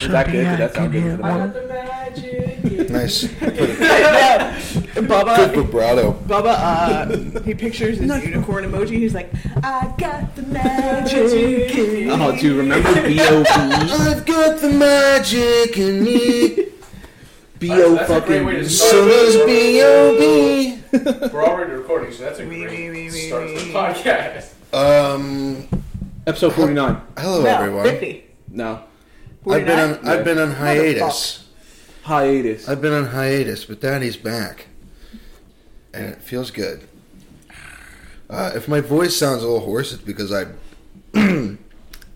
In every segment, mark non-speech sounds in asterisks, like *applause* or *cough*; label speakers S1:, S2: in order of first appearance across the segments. S1: that good? Did that
S2: I can
S1: sound good to the
S2: hear
S1: mic?
S3: Nice.
S4: yeah.
S3: Good
S4: Bubba,
S3: vibrato.
S4: Bubba, uh, he pictures this unicorn emoji. He's like, I got the magic. in me."
S1: Oh, dude, remember B.O.B.?
S3: I've got the magic in me.
S5: Alright, so that's a great way to start.
S3: B.O.B.
S5: We're already recording, so that's a
S4: Wee, wee, wee, wee,
S5: great start to the
S4: wee.
S5: podcast.
S3: Um,
S1: Episode 49.
S3: hello
S4: No,
S3: everyone. *laughs*
S4: 50.
S1: No.
S3: I've been on.
S4: 49.
S3: I've been on hiatus.
S1: Hiatus.
S3: I've been on hiatus, but Daddy's back, and it feels good. Uh, if my voice sounds a little hoarse, it's because I *clears throat*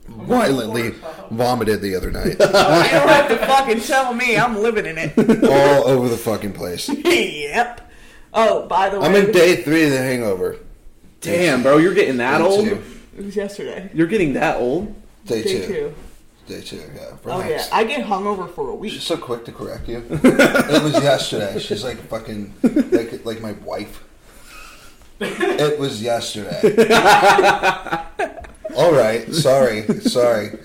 S3: violently vomited the other night,
S4: You don't have to fucking tell me. I'm living in
S3: *laughs*
S4: it.
S3: all over the fucking place.
S4: yep. Oh, by the way,
S3: I'm in day three of the hangover.
S1: Damn, bro, you're getting that
S3: Day
S1: old?
S3: two.
S4: it was yesterday.
S1: You're getting that old?
S3: Day,
S4: Day
S3: two.
S4: two.
S3: Day two. Yeah.
S4: Oh yeah,
S3: Relax.
S4: I get hungover for a week.
S3: She's so quick to correct you. it was yesterday. She's like fucking like like my wife. It was yesterday. All right, sorry, sorry.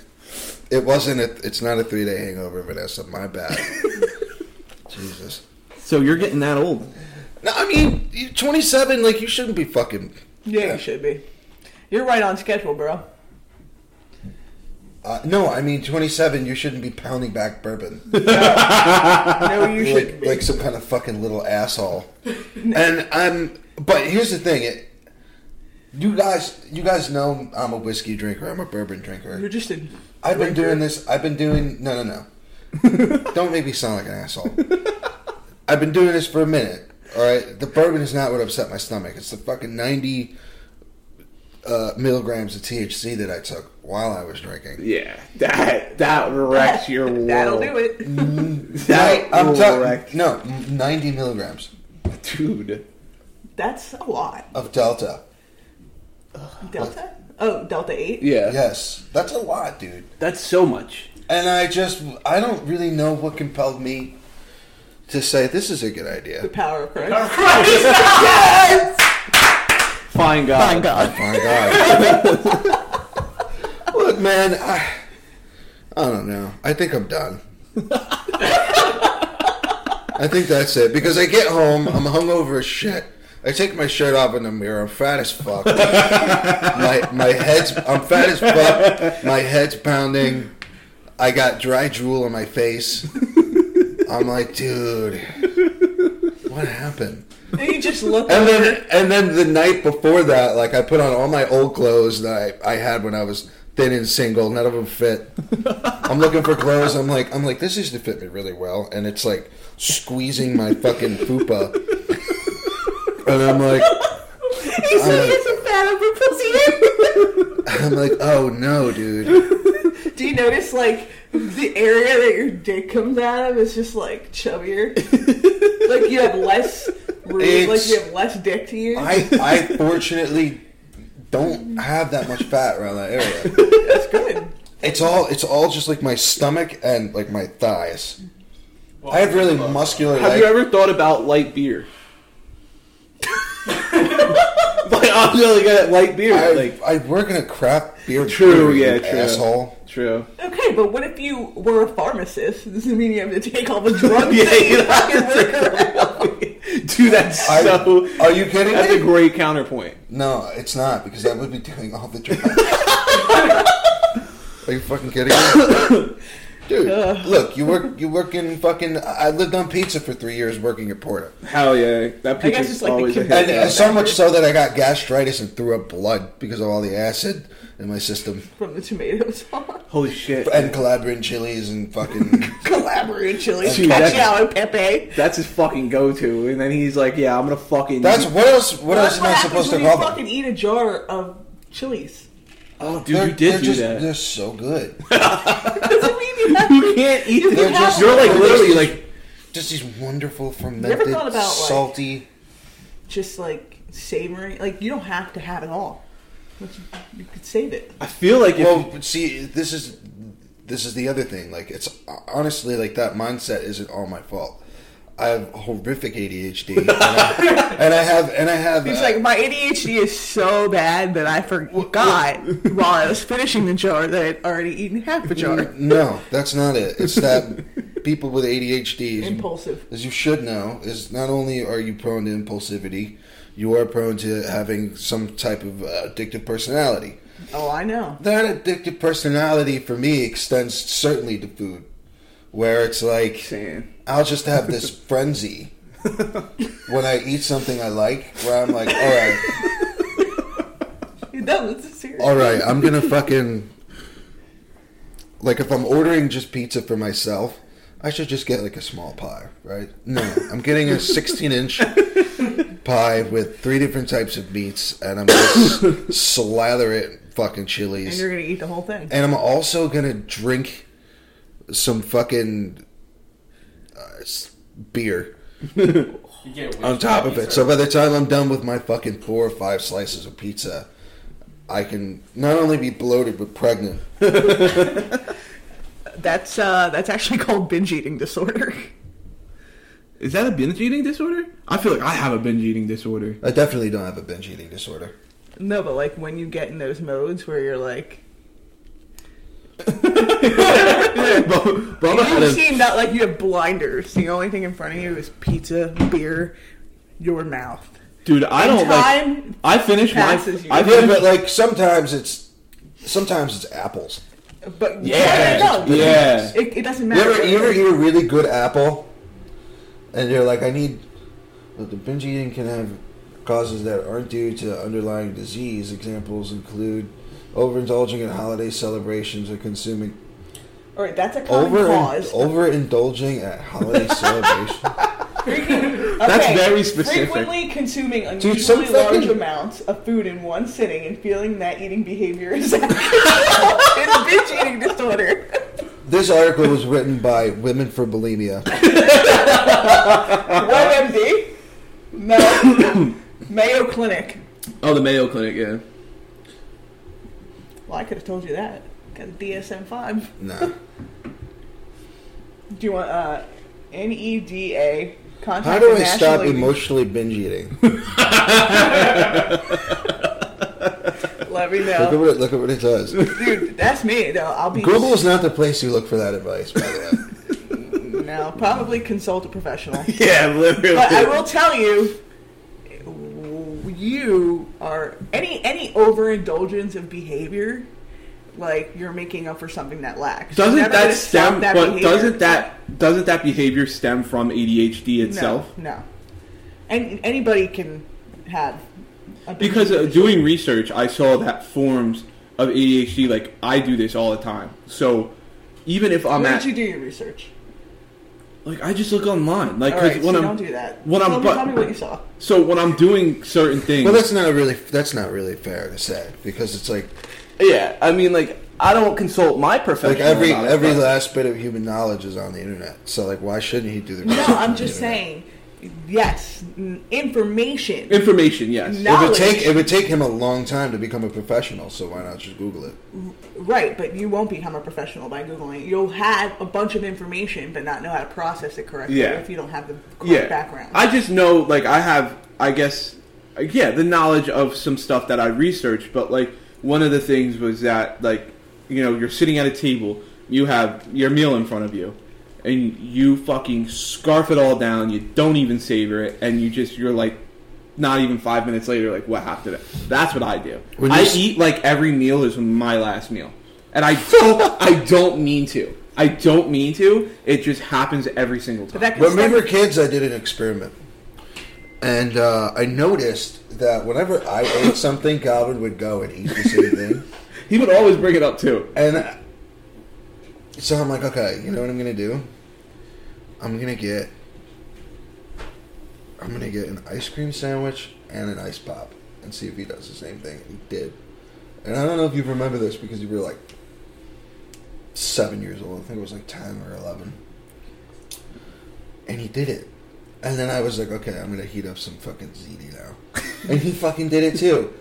S3: It wasn't. A, it's not a three day hangover, Vanessa. My bad. Jesus.
S1: So you're getting that old.
S3: No, I mean, you're 27. Like you shouldn't be fucking.
S4: Yeah, you should be. You're right on schedule, bro.
S3: Uh, no, I mean 27. You shouldn't be pounding back bourbon.
S4: No,
S3: *laughs*
S4: you should
S3: like,
S4: be.
S3: like some kind of fucking little
S4: *laughs*
S3: asshole. and I'm, but here's the thing: it, you guys, you guys know I'm a whiskey drinker. I'm a bourbon
S4: You're
S3: drinker.
S4: just a.
S3: I've been doing this. I've been doing. No, no,
S4: *laughs*
S3: no. Don't make me sound like an asshole. I've been doing this for a minute. All right, the bourbon is not what upset my stomach. It's the fucking ninety uh, milligrams of THC that I took while I was drinking.
S1: Yeah, that that wrecks your world.
S4: *laughs* That'll do it.
S1: That
S3: No, I'm
S1: will
S3: talking
S1: wreck-
S3: no ninety milligrams
S1: dude.
S4: That's a lot.
S3: of Delta.
S4: Delta? Oh, Delta 8?
S1: Yeah.
S3: Yes, that's a lot, dude.
S1: that's so much.
S3: And I just, I don't really know what compelled me to say this is a good
S4: The
S3: idea.
S4: power of Christ.
S1: Fine God. Fine God.
S3: My God. Look, man, I, I don't know. I think I'm done. I think that's it. Because I get home, I'm hungover as shit. I take my shirt off in the mirror. I'm fat as fuck. my my head's I'm fat as fuck. My head's pounding. I got dry drool on my face. I'm like, dude, what happened?
S4: And you just look
S3: And *laughs* then and then the night before that, like I put on all my old clothes that I, I had when I was thin and single. None of them fit. I'm looking for clothes. I'm like I'm like this used to fit me really well, and it's like squeezing my fucking fupa. And I'm like,
S4: He said
S3: Uh,
S4: he has a fat upper pussy.
S3: I'm like, oh no, dude.
S4: Do you notice, like, the area that your dick comes out of is just, like, chubbier? like, you have less room, like,
S3: It's-
S4: you have less dick to use?
S3: I I fortunately don't have that much fat around that area.
S4: That's good.
S3: It's all it's all just like my stomach and like my thighs. I have really muscular.
S1: Have
S3: legs.
S1: you ever thought about light beer? *laughs* like I'm really good at light beer.
S3: I,
S1: like
S3: I work in a crap beer
S1: True,
S3: brewery,
S1: yeah,
S3: you
S1: true.
S3: asshole.
S1: true. *laughs*
S4: Okay, but what if you were a pharmacist? Doesn't mean you have to take all the drugs
S1: Yeah,
S4: that you
S1: *laughs* you
S4: fucking work around.
S1: *laughs* Dude, that's
S3: I-
S1: so.
S3: are you kidding
S1: That's
S3: me?
S1: a great counterpoint.
S3: No, it's not because I would be doing all the drugs. Are you fucking kidding me, dude? Look, you work you work in fucking. I lived on pizza for three years working at Porta,
S1: Hell yeah, that
S4: guess
S1: pizza's
S4: it's like the
S1: always a
S4: con-
S1: hit.
S3: and so much so that I got gastritis and threw up blood because of all the acid in my system
S4: From the
S1: *laughs*
S4: tomato sauce.
S1: *laughs* Holy shit,
S3: and Calabrian chilies and fucking.
S4: *laughs* Collaborate chilies,
S1: Dude, that's-
S4: cacao, and pepe.
S1: that's his fucking go-to. And then he's like, "Yeah, I'm gonna fucking."
S3: That's what else? What
S4: That's
S3: else am I
S4: happens
S3: supposed to
S4: when you
S3: call them?
S4: fucking eat a jar of chilies.
S1: oh, dude,
S3: They're-
S1: you did
S3: they're
S1: do
S3: just,
S1: that.
S3: They're so good.
S4: Doesn't mean you have
S1: You can't eat
S4: You
S1: them.
S4: can have
S1: You're like
S3: them.
S1: literally like
S3: just these wonderful fermented,
S4: thought about, like-
S3: salty.
S4: just like savoring. Like you don't have to have it all. But you, you could save it.
S1: I feel like if
S3: well, but see, this is this is the other thing. Like, it's honestly like that mindset isn't all my fault. I have horrific ADHD,
S4: *laughs*
S3: and I, and I have and I have.
S4: He's
S3: uh,
S4: like, my ADHD is so bad that I forgot while I was finishing the jar that I'd already eaten half a
S3: *laughs*
S4: jar.
S3: uh, no, that's not it. It's that people with ADHD,
S4: Impulsive.
S3: as you should know, is not only are you prone to impulsivity, you are prone to having some type of uh, addictive personality.
S4: Oh, I know.
S3: That addictive personality for me extends certainly to food, where it's like
S1: Saying.
S3: I'll just have this *laughs* frenzy when I eat something I like, where I'm like, all right,
S4: That was serious.
S3: *laughs* all right, I'm gonna fucking like if I'm ordering just pizza for myself, I should just get like a small pie, right? No, I'm getting a 16 *laughs* inch pie with three different types of meats, and I'm gonna s- slather it in fucking
S4: And
S3: chilies.
S4: you're gonna eat the whole thing.
S3: And I'm also gonna drink some fucking uh, s- beer
S5: You get
S3: on
S5: wasted
S3: top of it.
S5: pizza.
S3: So by the time I'm done with my fucking four or five slices of pizza, I can not only be bloated but pregnant.
S4: That's uh, that's actually *laughs* called binge eating disorder.
S1: Is that a binge eating disorder? I feel like I have a binge eating *laughs* disorder.
S3: I definitely don't have a binge eating disorder.
S4: No, but like when you get in those modes where you're like,
S1: Bubba Bubba had
S4: you
S1: a,
S4: seem not like you have blinders. The only thing in front of you is pizza, beer, your mouth.
S1: dude. I don't like.
S4: Time.
S1: I finished my.
S4: passes you.
S1: I
S3: Yeah,
S1: finished,
S3: but like sometimes it's sometimes it's apples.
S4: But
S1: Yeah.
S4: No, no, no.
S1: Yeah.
S4: It, it doesn't
S3: You
S4: matter.
S3: ever, you ever eat a really good apple, and you're like, I need. But the binge eating can have causes that aren't due to underlying disease. Examples include overindulging in holiday celebrations or consuming
S4: All right, that's a common
S3: over
S4: cause.
S3: overindulging
S4: *laughs*
S3: at holiday celebrations.
S1: That's
S4: Okay,
S1: very specific.
S4: Frequently consuming unusually
S3: Dude, some
S4: large
S3: fucking-
S4: amounts of food in one sitting and feeling that eating behavior is *laughs* it's binge eating disorder.
S3: This article was written by Women for Bulimia. Uh-huh.
S4: WebMD? No.
S3: *coughs*
S4: Mayo Clinic.
S1: oh, the Mayo Clinic. Yeah.
S4: Well, I could have told you that. Got a DSM five.
S3: No.
S4: Do you want uh, NEDA? Contact
S3: How do
S4: the
S3: I stop
S4: National-
S3: emotionally binge eating?
S4: Let me
S3: Look at
S4: know,
S3: what it, look at what it does.
S4: dude. That's me. No, I'll be
S3: Google is not the place you look for that advice, by the
S4: *laughs*
S3: way.
S4: No, probably consult a professional.
S1: *laughs* Yeah, literally.
S4: But
S1: *laughs*
S4: I will tell you, you are any any overindulgence of behavior, like you're making up for something that lacks. You're
S1: Doesn't
S4: never
S1: that
S4: gonna stop
S1: stem?
S4: that
S1: but
S4: behavior.
S1: doesn't that doesn't that behavior stem from ADHD
S4: No,
S1: itself?
S4: No, and anybody can have a binge
S1: Because uh,
S4: eating
S1: doing research, I saw that forms of ADHD. Like I do this all the time. So even if I'm
S4: disorder. Where
S1: at,
S4: did you do your research?
S1: like I just look online. Like
S4: All
S1: 'cause
S4: right, so
S1: when I'm
S4: don't do that.
S1: when I'm
S4: tell, me,
S1: bu-
S4: tell me what you saw.
S1: so when I'm doing certain things.
S3: Well, that's not really that's not really fair to say because it's like
S1: yeah, I mean, like I don't consult my professional.
S3: like every
S1: about it,
S3: every
S1: but-
S3: last bit of human knowledge is on the internet. So like, why shouldn't he do the?
S4: No,
S3: research on
S4: I'm
S3: the *laughs*
S4: just
S3: internet?
S4: saying. Yes, n- information.
S1: information. Yes.
S4: No.
S3: It would
S4: knowledge.
S3: take it would take him a long time to become a professional. So why not just Google it?
S4: Right, but you won't become a professional by Googling. You'll have a bunch of information, but not know how to process it correctly
S1: Yeah.
S4: if you don't have the correct
S1: yeah.
S4: background.
S1: I just know, like, I have, I guess, uh, yeah, the knowledge of some stuff that I researched, but, like, one of the things was that, like, you know, you're sitting at a table, you have your meal in front of you, and you fucking scarf it all down, you don't even savor it, and you just, you're like, not even five minutes later, like, what happened? That's what I do.
S3: When
S1: I
S3: you s-
S1: eat like every meal is my last meal, and I don't, I don't mean to. I don't mean to. It just happens every single time.
S4: but that can
S3: When we
S4: stem-
S3: were kids, I did an experiment, and uh, I noticed that whenever I ate something, Calvin would go and eat the same thing,
S1: He would always bring it up too.
S3: and I- so I'm like, okay, you know what I'm gonna do? I'm gonna get, I'm gonna get an ice cream sandwich and an ice pop, and see if he does the same thing. And he did, and I don't know if you remember this because you were like seven years old. I think it was like ten or eleven. And he did it. And then I was like, okay, I'm gonna heat up some fucking ziti now. and he fucking did it too.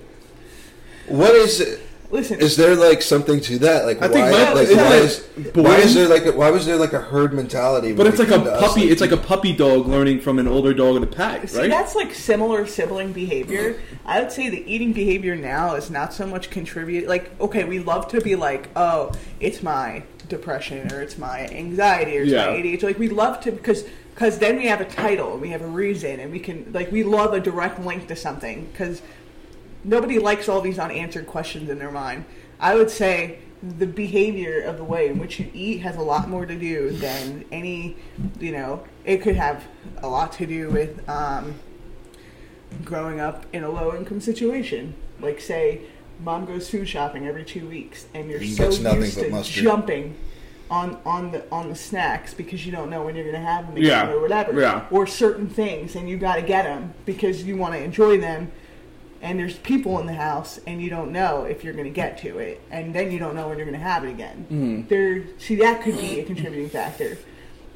S3: What is it?
S4: Listen,
S3: Is there like something to that? Like
S1: I think
S3: why?
S1: my-
S3: like
S1: isn't
S3: why
S1: it
S3: is why
S1: boring?
S3: is there like a, why was there like a herd mentality? when
S1: But it's
S3: it
S1: like a
S3: came to us?
S1: puppy. It's like a puppy dog learning from an older dog in the pack,
S4: See,
S1: right?
S4: that's like similar sibling behavior. I would say the eating behavior now is not so much contribute. Like, okay, we love to be like, oh, it's my depression or it's my anxiety or it's
S1: Yeah.
S4: my ADHD. Like, we love to because because then we have a title and we have a reason and we can like we love a direct link to something because nobody likes all these unanswered questions in their mind. I would say the behavior of the way in which you eat has a lot more to do than any, you know, it could have a lot to do with um, growing up in a low income situation. Like, say, mom goes food shopping every two weeks, and you're
S3: And
S4: so
S3: gets nothing
S4: used
S3: but
S4: to
S3: mustard.
S4: jumping. On, on the on the snacks because you don't know when you're gonna have them
S1: Yeah.
S4: again or whatever
S1: Yeah.
S4: or certain things and you got to get them because you want to enjoy them and there's people in the house and you don't know if you're going to get to it and then you don't know when you're going to have it again
S1: Mm-hmm.
S4: there see that could be a contributing factor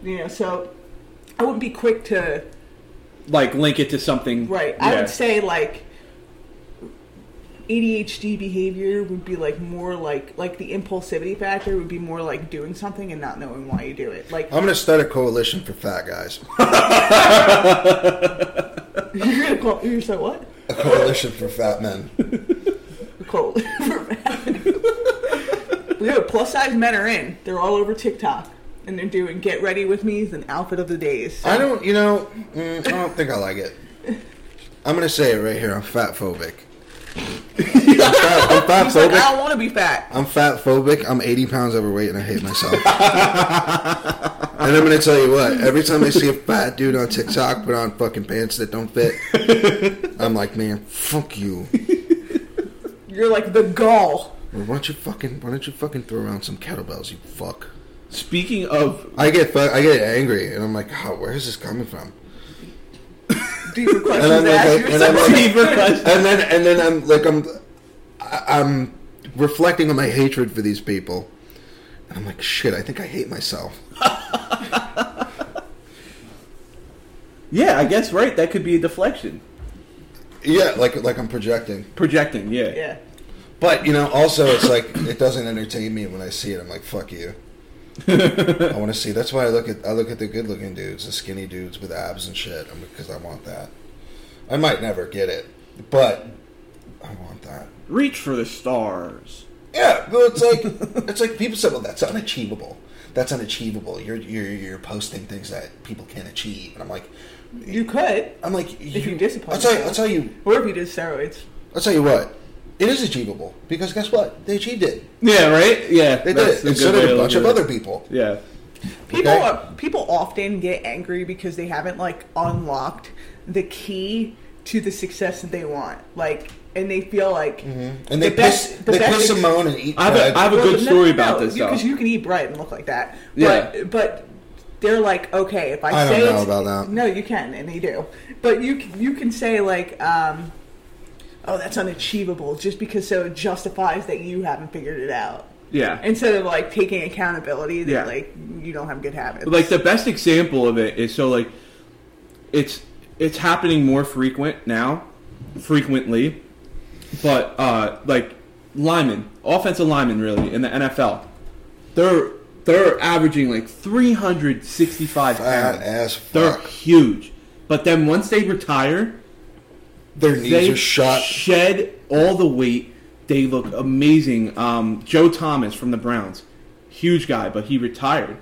S4: you know so i wouldn't be quick to
S1: Like link it to something,
S4: right i
S1: Yeah.
S4: would say like ADHD behavior would be like more like like the impulsivity factor would be more like doing something and not knowing why you do it. Like
S3: I'm gonna start a coalition for fat guys.
S4: *laughs* you're gonna call you're so what?
S3: A coalition for fat men.
S4: *laughs* cold. Yo, plus size men are in. They're all over TikTok. And they're doing get ready with me's and outfit of the days.
S3: I don't, you know, mm, I don't think I like it. I'm gonna say it right here. I'm fat
S1: *laughs*
S3: phobic. I'm fat, I'm fat
S4: He's like, I
S3: phobic.
S4: don't want to be fat.
S3: I'm fat phobic. I'm 80 pounds overweight, and I hate myself. *laughs* and I'm gonna tell you what. Every time I see a fat dude on TikTok put on fucking pants that don't fit, I'm like, man, fuck you.
S4: You're like the gall.
S3: Why don't you fucking Why don't you fucking throw around some kettlebells, you fuck?
S1: Speaking *laughs* of,
S3: I get fu- I get angry, and I'm like, oh, where is this coming from?
S4: Deeper
S3: *laughs* And
S4: questions
S3: I'm
S4: to
S3: like,
S4: ask
S3: and I'm
S4: yourself.
S3: like,
S1: Deeper question.
S3: and then and then I'm like I'm I- I'm reflecting on my hatred for these people, and I'm like, shit, I think I hate myself.
S1: yeah, I guess right. That could be a deflection,
S3: Yeah, like like I'm projecting.
S1: projecting. Yeah,
S4: *laughs* yeah.
S3: But you know, also it's like it doesn't entertain me when I see it. I'm like,
S1: *laughs*
S3: fuck you. I want to see. That's why I look at I look at the good looking dudes, the skinny dudes with abs and shit, I'm because I want that. I might never get it, but I want that.
S1: reach for the stars.
S3: Yeah, but
S1: *laughs*
S3: it's like it's like people said, well, that's unachievable. That's unachievable. You're you're you're posting things that people can't achieve, and I'm like,
S4: You could.
S3: I'm like, you,
S4: you discipline
S3: I'll tell you, I'll
S4: yourself.
S3: tell you,
S4: Or if you did steroids.
S3: I'll tell you what. It is achievable because guess what? They achieved it.
S1: Yeah, right. Yeah,
S3: They
S1: that's
S3: did it.
S1: good
S3: And
S1: way
S3: so
S1: to
S3: did a
S1: look
S3: bunch of
S1: at it.
S3: other people.
S1: Yeah,
S4: People
S3: Okay.
S4: are, people often get angry because they haven't like unlocked the key to the success that they want. Like and they feel like
S3: Mm-hmm. And they
S4: The best-
S3: piss,
S4: the
S3: they
S4: best
S3: piss
S4: ex-
S3: and moan and eat.
S1: I have a, I have a
S4: Well,
S1: good
S4: no,
S1: story
S4: no,
S1: about
S4: no,
S1: this
S4: because
S1: though.
S4: you can eat bread and look like that.
S1: Yeah.
S4: But but they're like, okay, if I,
S3: I don't
S4: say
S3: know
S4: it's-
S3: about that.
S4: No, you can, and they do. But you c- you can say like, um, oh, that's unachievable, just because so it justifies that you haven't figured it out.
S1: Yeah,
S4: Instead of like taking accountability that
S1: Yeah.
S4: like you don't have good habits.
S1: like the best example of it is so like it's it's happening more frequent now frequently but uh like linemen offensive linemen really in the nfl they're they're averaging like 365
S3: Fat
S1: pounds
S3: ass
S1: they're
S3: fuck.
S1: huge but then once they retire
S3: Their knees
S1: they
S3: are shot.
S1: shed all the weight. They look amazing. Um, Joe Thomas from the Browns, huge guy, but he retired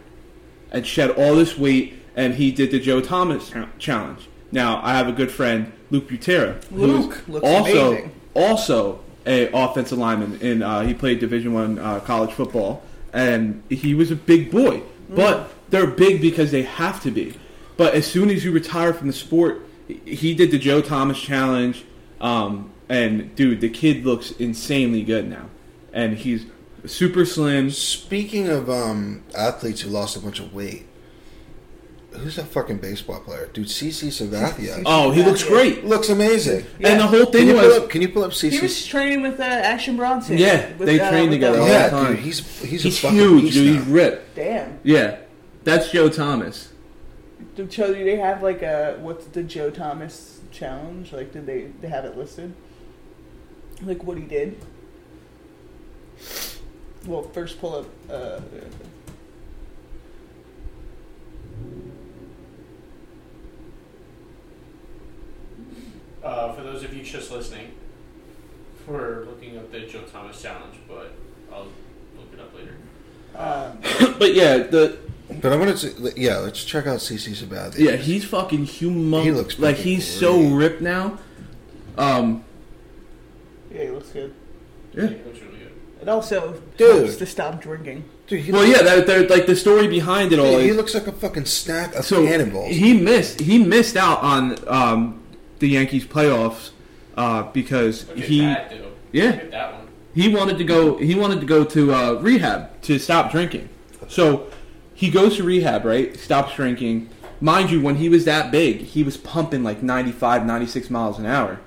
S1: and shed all this weight, and he did the Joe Thomas cha- challenge. Now I have a good friend, Luke Butera, who's
S4: Luke looks
S1: also
S4: amazing.
S1: also a offensive lineman, and uh, he played Division One uh, college football, and he was a big boy.
S3: Mm.
S1: But they're big because they have to be. But as soon as you retire from the sport, he- he did the Joe Thomas challenge, um, and dude, the kid looks insanely good now, and he's super slim.
S3: Speaking of um, athletes who lost a bunch of weight, who's that fucking baseball player? Dude, CC Sabathia
S1: Oh, he looks great.
S3: looks amazing.
S1: And the whole
S3: Can
S1: thing
S3: you
S1: was
S3: pull up? Can you pull up
S4: he was
S3: CC?
S4: training with uh, Action Bronson.
S1: Yeah,
S4: with,
S1: they
S4: uh,
S1: trained
S4: with
S1: together.
S4: the-
S1: all the
S3: Yeah,
S1: time.
S3: dude, he's he's,
S1: He's
S3: a fucking
S1: huge,
S3: beast
S1: dude.
S3: now.
S1: He's ripped.
S4: Damn.
S1: Yeah, that's Joe Thomas. *clears throat*
S4: Did Cho, do they have like a what's the Joe Thomas challenge? Like, did they they have it listed? Like what he did? Well, first pull up. Uh,
S5: Uh, for those of you just listening, we're looking up the Joe Thomas challenge, but I'll look it up later.
S4: um,
S1: but yeah, the
S3: But I wanted to, yeah, let's check out CC Sabathia.
S1: yeah, he's fucking humongous.
S3: He looks
S1: like
S3: fucking
S1: he's so
S3: great.
S1: ripped now. Um,
S4: yeah, it looks good.
S1: Yeah.
S5: It looks really good.
S4: It also
S3: Dude.
S4: helps to stop drinking.
S3: Dude, he
S1: well,
S3: looks,
S1: yeah, that, that, like the story behind it all.
S3: dude,
S1: is,
S3: he looks like a fucking snack of
S1: so
S3: cannibals.
S1: he missed. He missed out on um, the Yankees playoffs uh, because
S5: Look at
S1: he
S5: that, dude.
S1: yeah.
S5: Look at that one.
S1: he wanted to go he wanted to go to uh, rehab to stop drinking so he goes to rehab right stops drinking mind you when he was that big he was pumping like 95 96 miles an hour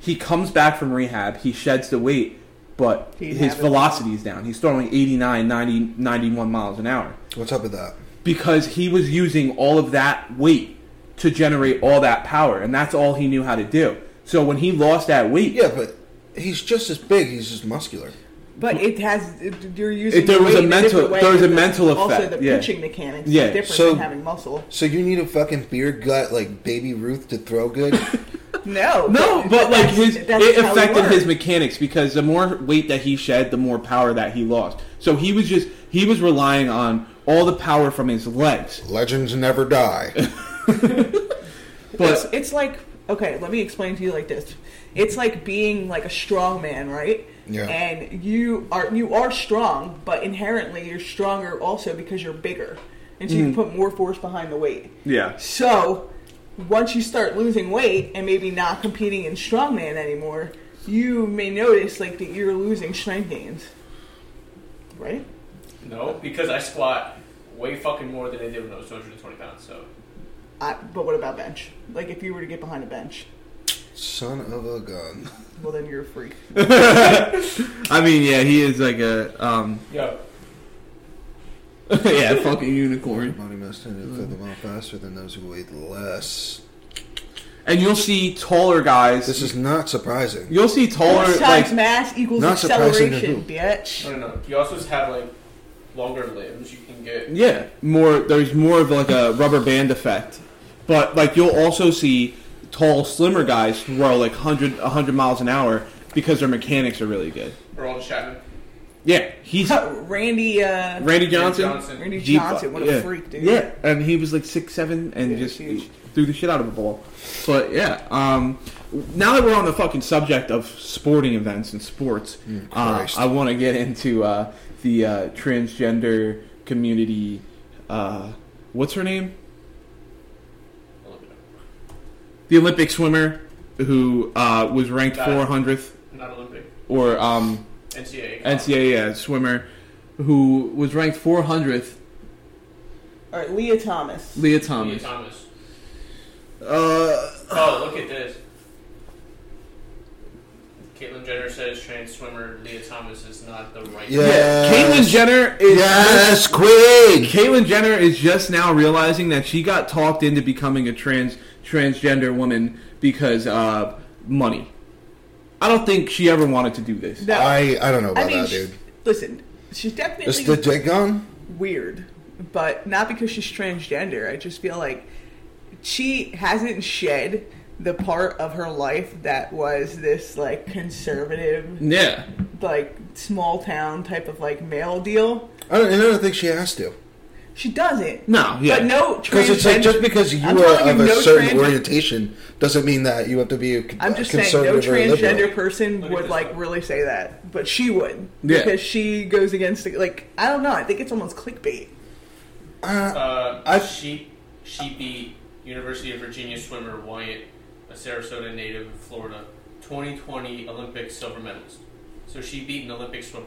S1: he comes back from rehab he sheds the weight but
S4: He
S1: his
S4: haven't-
S1: velocity is down he's throwing 89 90 91 miles an hour
S3: What's up with that?
S1: because he was using all of that weight to generate all that power and that's all he knew how to do so when he lost that weight
S3: Yeah, but he's just as big. He's just muscular.
S4: But it has it, you're using.
S1: It- there
S4: the
S1: was a
S4: weight in
S1: mental-
S4: different way
S1: there was a
S4: than-
S1: mental effect,
S4: Also, the
S1: yeah.
S4: pitching mechanics
S1: Yeah,
S4: is different
S3: so-
S4: than having muscle.
S3: So you need a fucking beer gut like Baby Ruth to throw good?
S4: No,
S1: No, but like
S4: that's-
S1: his,
S4: that's
S1: it
S4: how
S1: affected
S4: works.
S1: his mechanics because the more weight that he shed, the more power that he lost. So he was just he was relying on all the power from his legs.
S3: *laughs* Legends never die.
S1: But
S4: it's, it's like okay, let me explain to you like this. It's like being like a strong man, right?
S3: Yeah.
S4: And you are you are strong, but inherently you're stronger also because you're bigger, and so you can put more force behind the weight.
S1: *laughs* yeah,
S4: So once you start losing weight and maybe not competing in strongman anymore, you may notice like that you're losing strength gains, right?
S5: No, because I squat way fucking more than I did when I was 220 pounds. So
S4: I, but what about bench? Like if you were to get behind a bench,
S3: Son of a gun.
S4: well then you're a freak.
S1: I mean, yeah, he is like a um, *laughs*
S5: yo,
S1: yeah, fucking unicorn.
S3: Money must tend to fill them out faster than those who weighed less.
S1: And you'll see taller guys.
S3: This is not surprising.
S1: you'll see taller
S4: Force times
S1: like
S4: mass equals
S3: not surprising to
S4: acceleration,
S3: who?
S5: I
S4: bitch.
S5: don't know. You also have like longer limbs. You can get
S1: yeah, more. There's more of like a rubber band effect. But like you'll also see tall, slimmer guys who are like 100, 100 miles an hour because their mechanics are really good.
S5: Earl Chapman,
S1: Yeah, he's
S4: *laughs* Randy, uh,
S1: Randy Johnson.
S5: Johnson.
S4: Randy
S1: G-
S4: Johnson, what a
S1: yeah.
S4: freak, dude.
S1: Yeah, and he was like six seven and
S4: Yeah,
S1: just
S4: huge.
S1: threw the shit out of a ball. But yeah, um, now that we're on the fucking subject of sporting events and sports,
S3: Mm,
S1: uh,
S3: Christ.
S1: I want to get into uh, the uh, transgender community. Uh, what's her name?
S5: I'll look it up.
S1: The Olympic swimmer who uh, was ranked
S5: Got it.
S1: four hundredth
S5: not Olympic,
S1: or um,
S5: NCAA.
S1: NCAA swimmer who was ranked four hundredth.
S4: All right, Leah Thomas.
S1: Leah
S5: Leah
S1: Thomas.
S5: Thomas.
S1: Uh,
S5: Oh, look at this. Caitlyn Jenner says trans swimmer Leah Thomas is not the right.
S3: Yeah.
S1: Yeah, Caitlyn
S3: Yes.
S1: Jenner is.
S3: Yes, Queen!
S1: Caitlyn Jenner is just now realizing that she got talked into becoming a trans transgender woman because uh, money. I don't think she ever wanted to do this.
S4: No,
S3: I, I don't know
S4: I
S3: about
S4: mean,
S3: that,
S4: she's-
S3: dude.
S4: listen, she's definitely
S3: It's the dig on?
S4: weird, but not because she's transgender. I just feel like she hasn't shed the part of her life that was this like conservative,
S1: Yeah,
S4: like small town type of like male deal.
S3: I don't, I don't think she has to.
S4: She doesn't.
S1: No, yeah.
S4: But no
S3: Because it's like
S4: transgender-
S3: just because you
S4: I'm
S3: are
S4: telling
S3: of a
S4: no
S3: certain
S4: trans-
S3: orientation doesn't mean that you have to be a con-
S4: I'm just saying, no
S3: conservative or liberal.
S4: transgender person
S5: Look at
S4: would
S5: this
S4: like
S5: one.
S4: really say that, but she would
S1: Yeah.
S4: because she goes against the- like I don't know. I think it's almost clickbait.
S3: Uh,
S5: Uh,
S3: I-
S5: she she beat University of Virginia swimmer Wyatt, a Sarasota native of Florida, 2020 Olympic silver medalist. So she beat an Olympic swimmer,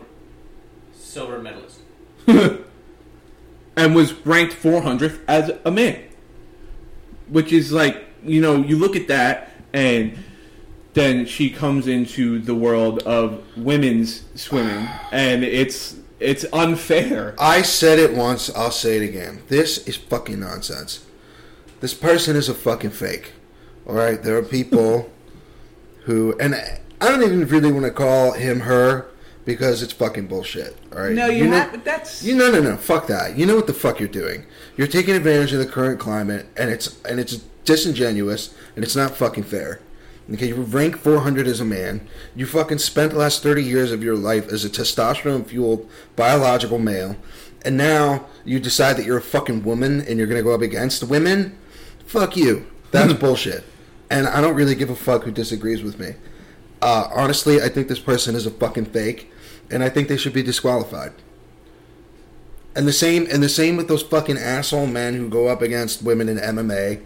S5: silver medalist.
S1: and was ranked 400th as a man, which is like you know you look at that and then she comes into the world of women's swimming and it's it's unfair. *laughs*
S3: I said it once, I'll say it again. This is fucking nonsense. This person is a fucking fake. All right, *laughs* there are people who, and I I don't even really want to call him her. because it's fucking bullshit. All right.
S4: No, you,
S3: know-
S4: have. That's
S3: You no no no fuck that. You know what the fuck you're doing. You're taking advantage of the current climate, and it's and it's disingenuous, and it's not fucking fair. Okay, you rank 400 as a man. You fucking spent the last 30 years of your life as a testosterone fueled biological male, and now you decide that you're a fucking woman and you're gonna go up against women. Fuck you. That's bullshit. And I don't really give a fuck who disagrees with me. Uh, honestly, I think this person is a fucking fake, and I think they should be disqualified. And the same and the same with those fucking asshole men who go up against women in MMA.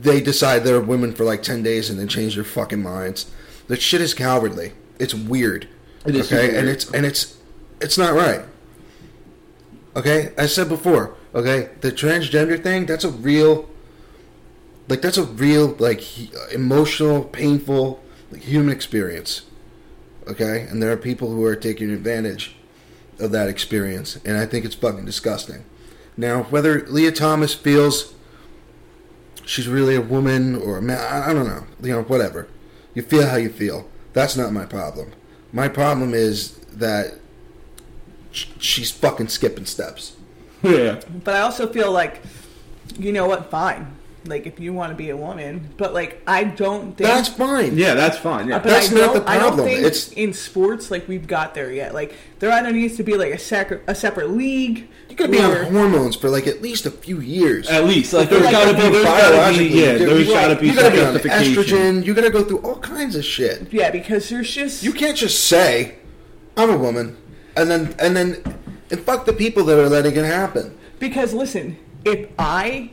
S3: They decide they're women for like ten days and then change their fucking minds. That shit is cowardly. It's weird.
S1: It is
S3: okay,
S1: super
S3: and
S1: weird.
S3: it's and it's it's not right. Okay, I said before. Okay, the transgender thing—that's a real, like that's a real like he- emotional, painful, like, human experience. Okay, and there are people who are taking advantage of that experience, and I think it's fucking disgusting. Now, whether Leah Thomas feels she's really a woman or a man, I I don't know. You know, whatever. You feel how you feel. That's not my problem. My problem is that sh- she's fucking skipping steps.
S1: Yeah.
S4: But I also feel like, you know what? Fine. Like if you want to be a woman, but like I don't think
S3: That's fine.
S1: Yeah, that's fine. Yeah.
S4: But
S3: That's
S4: I
S3: not
S4: don't,
S3: the
S4: I don't
S3: problem.
S4: think
S3: It's-
S4: in sports like we've got there yet. Like there either needs to be like a, sec- a separate league.
S3: You gotta be on
S4: or-
S3: hormones for like at least a few years.
S1: At least, like, there's
S4: Like,
S1: gotta be, there's gotta be,
S3: Biologically,
S1: yeah,
S3: dude,
S1: there's
S3: right.
S1: gotta be
S3: You
S1: some
S3: gotta be on
S1: justification.
S3: estrogen. You gotta go through all kinds of shit.
S4: Yeah, because there's just
S3: You can't just say, "I'm a woman," and then and then and fuck the people that are letting it happen.
S4: because listen, if I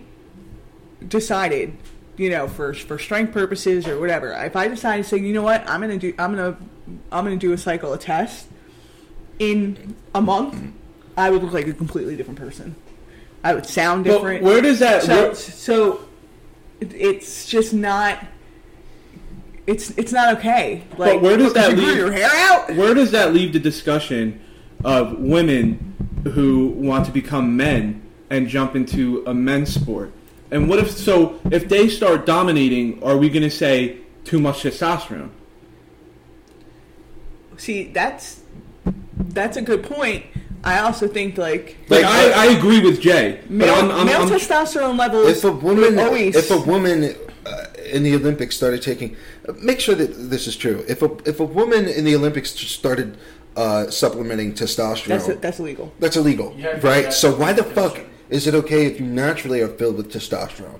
S4: decided, you know, for for strength purposes or whatever, if I decided to say, you know what, I'm gonna do, I'm gonna, I'm gonna do a cycle a test in a month, I would look like a completely different person. I would sound
S1: But
S4: different.
S1: where does that?
S4: so,
S1: where-
S4: so it- it's just not. It's it's not okay. Like,
S1: where does
S4: because
S1: that
S4: you grew
S1: leave-
S4: your hair out?
S1: where does that leave the discussion of women who want to become men and jump into a men's sport? And what if so? If they start dominating, are we going to say too much testosterone?
S4: See, that's that's a good point. I also think like
S1: Like,
S3: Like,
S1: I, I agree with Jay, but
S4: male,
S1: I'm, I'm,
S4: male
S1: I'm-
S4: testosterone levels.
S3: If a woman,
S4: always,
S3: if a woman uh, in the Olympics started taking, uh, make sure that this is true. If a if a woman in the Olympics started uh, supplementing testosterone,
S4: that's that's illegal.
S3: That's illegal,
S5: You have to do
S3: right?
S5: that.
S3: So why the fuck is it okay if you naturally are filled with testosterone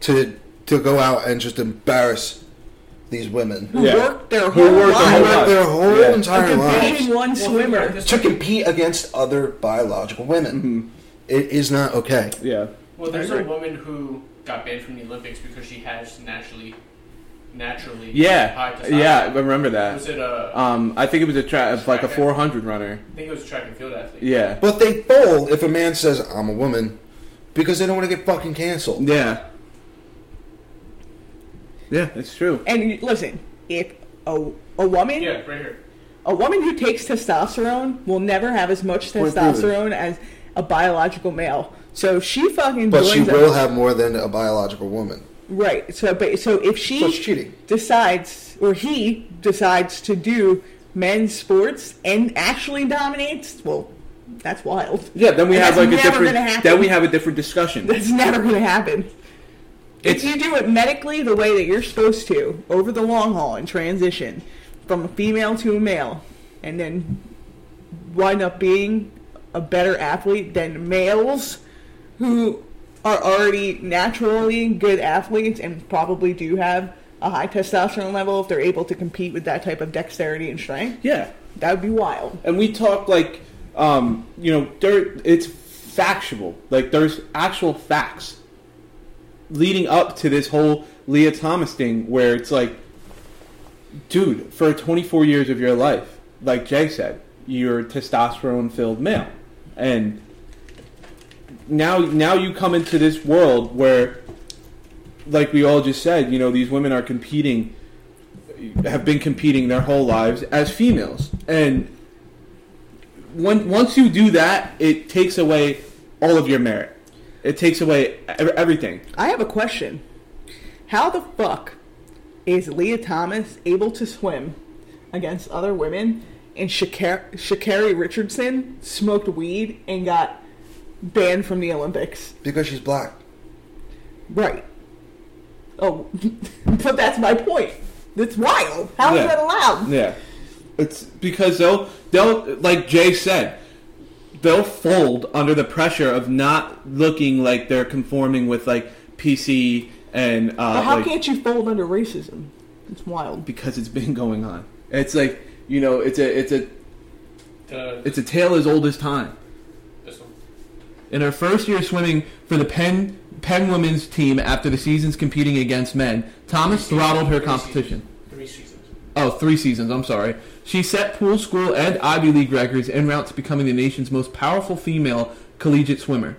S3: to to go out and just embarrass these women
S4: Who
S1: Yeah.
S4: worked their
S1: Who
S4: whole
S1: worked their whole
S4: lives.
S1: lives.
S3: their whole
S1: Yeah.
S4: A
S3: entire lives
S4: Division one swimmer.
S5: Well,
S3: to compete against other biological women?
S1: Mm-hmm.
S3: It is not okay.
S1: yeah.
S5: Well, there's
S4: I
S5: a
S4: agree.
S5: woman who got banned from the Olympics because she has naturally, naturally high
S1: Yeah,
S5: testosterone.
S1: yeah, I remember
S5: Was
S1: that.
S5: it a? I
S1: Um, I think it was a tra- of like a
S5: Track.
S1: 400 runner.
S5: think it was a track and field athlete.
S1: Yeah,
S3: But they fold if a man says I'm a woman because they don't want to get fucking canceled.
S1: yeah, yeah. It's true.
S4: And you- listen, if a a woman
S5: Yeah, right here.
S4: a woman who takes testosterone will never have as much
S3: Point proven.
S4: testosterone as a biological male. So if she fucking
S3: But
S4: joins
S3: she
S4: a-
S3: will have more than a biological woman.
S4: right. So but so if she
S3: So it's cheating.
S4: decides or he decides to do men's sports and actually dominates, well, that's wild.
S1: Yeah, then we
S4: And
S1: have like
S4: that's
S1: a
S4: never
S1: different.
S4: gonna happen.
S1: Then we have a different discussion.
S4: *laughs* That's never going to happen.
S1: It's-
S4: if you do it medically the way that you're supposed to over the long haul and transition from a female to a male, and then wind up being a better athlete than males who are already naturally good athletes and probably do have a high testosterone level if they're able to compete with that type of dexterity and strength.
S1: Yeah,
S4: That would be wild.
S1: and we talk like, um, you know, there it's factual. Like there's actual facts leading up to this whole Leah Thomas thing, where it's like, dude, for 24 years of your life, like Jay said, you're a testosterone-filled male, and now now you come into this world where, like we all just said, you know, these women are competing. Have been competing their whole lives as females, and when, once you do that, it takes away all of your merit. It takes away ev- everything.
S4: I have a question. How the fuck is Leah Thomas able to swim against other women, and Shakari, Shakari Richardson smoked weed and got banned from the Olympics.
S3: because she's black.
S4: Right. Oh, *laughs* but that's my point. That's wild. How is
S1: Yeah.
S4: that allowed?
S1: Yeah, it's because they'll they'll like Jay said, they'll fold under the pressure of not looking like they're conforming with like PC and uh,
S4: But how
S1: like-
S4: can't you fold under racism? It's wild.
S1: because it's been going on. It's like you know, it's a it's a
S5: The,
S1: it's a tale as old as time.
S5: this one.
S1: In her first year swimming for the Penn Penn women's team after the seasons competing against men, Thomas throttled her competition.
S5: Three seasons.
S1: Oh, three seasons, I'm sorry. She set pool, school, and Ivy League records en route to becoming the nation's most powerful female collegiate swimmer.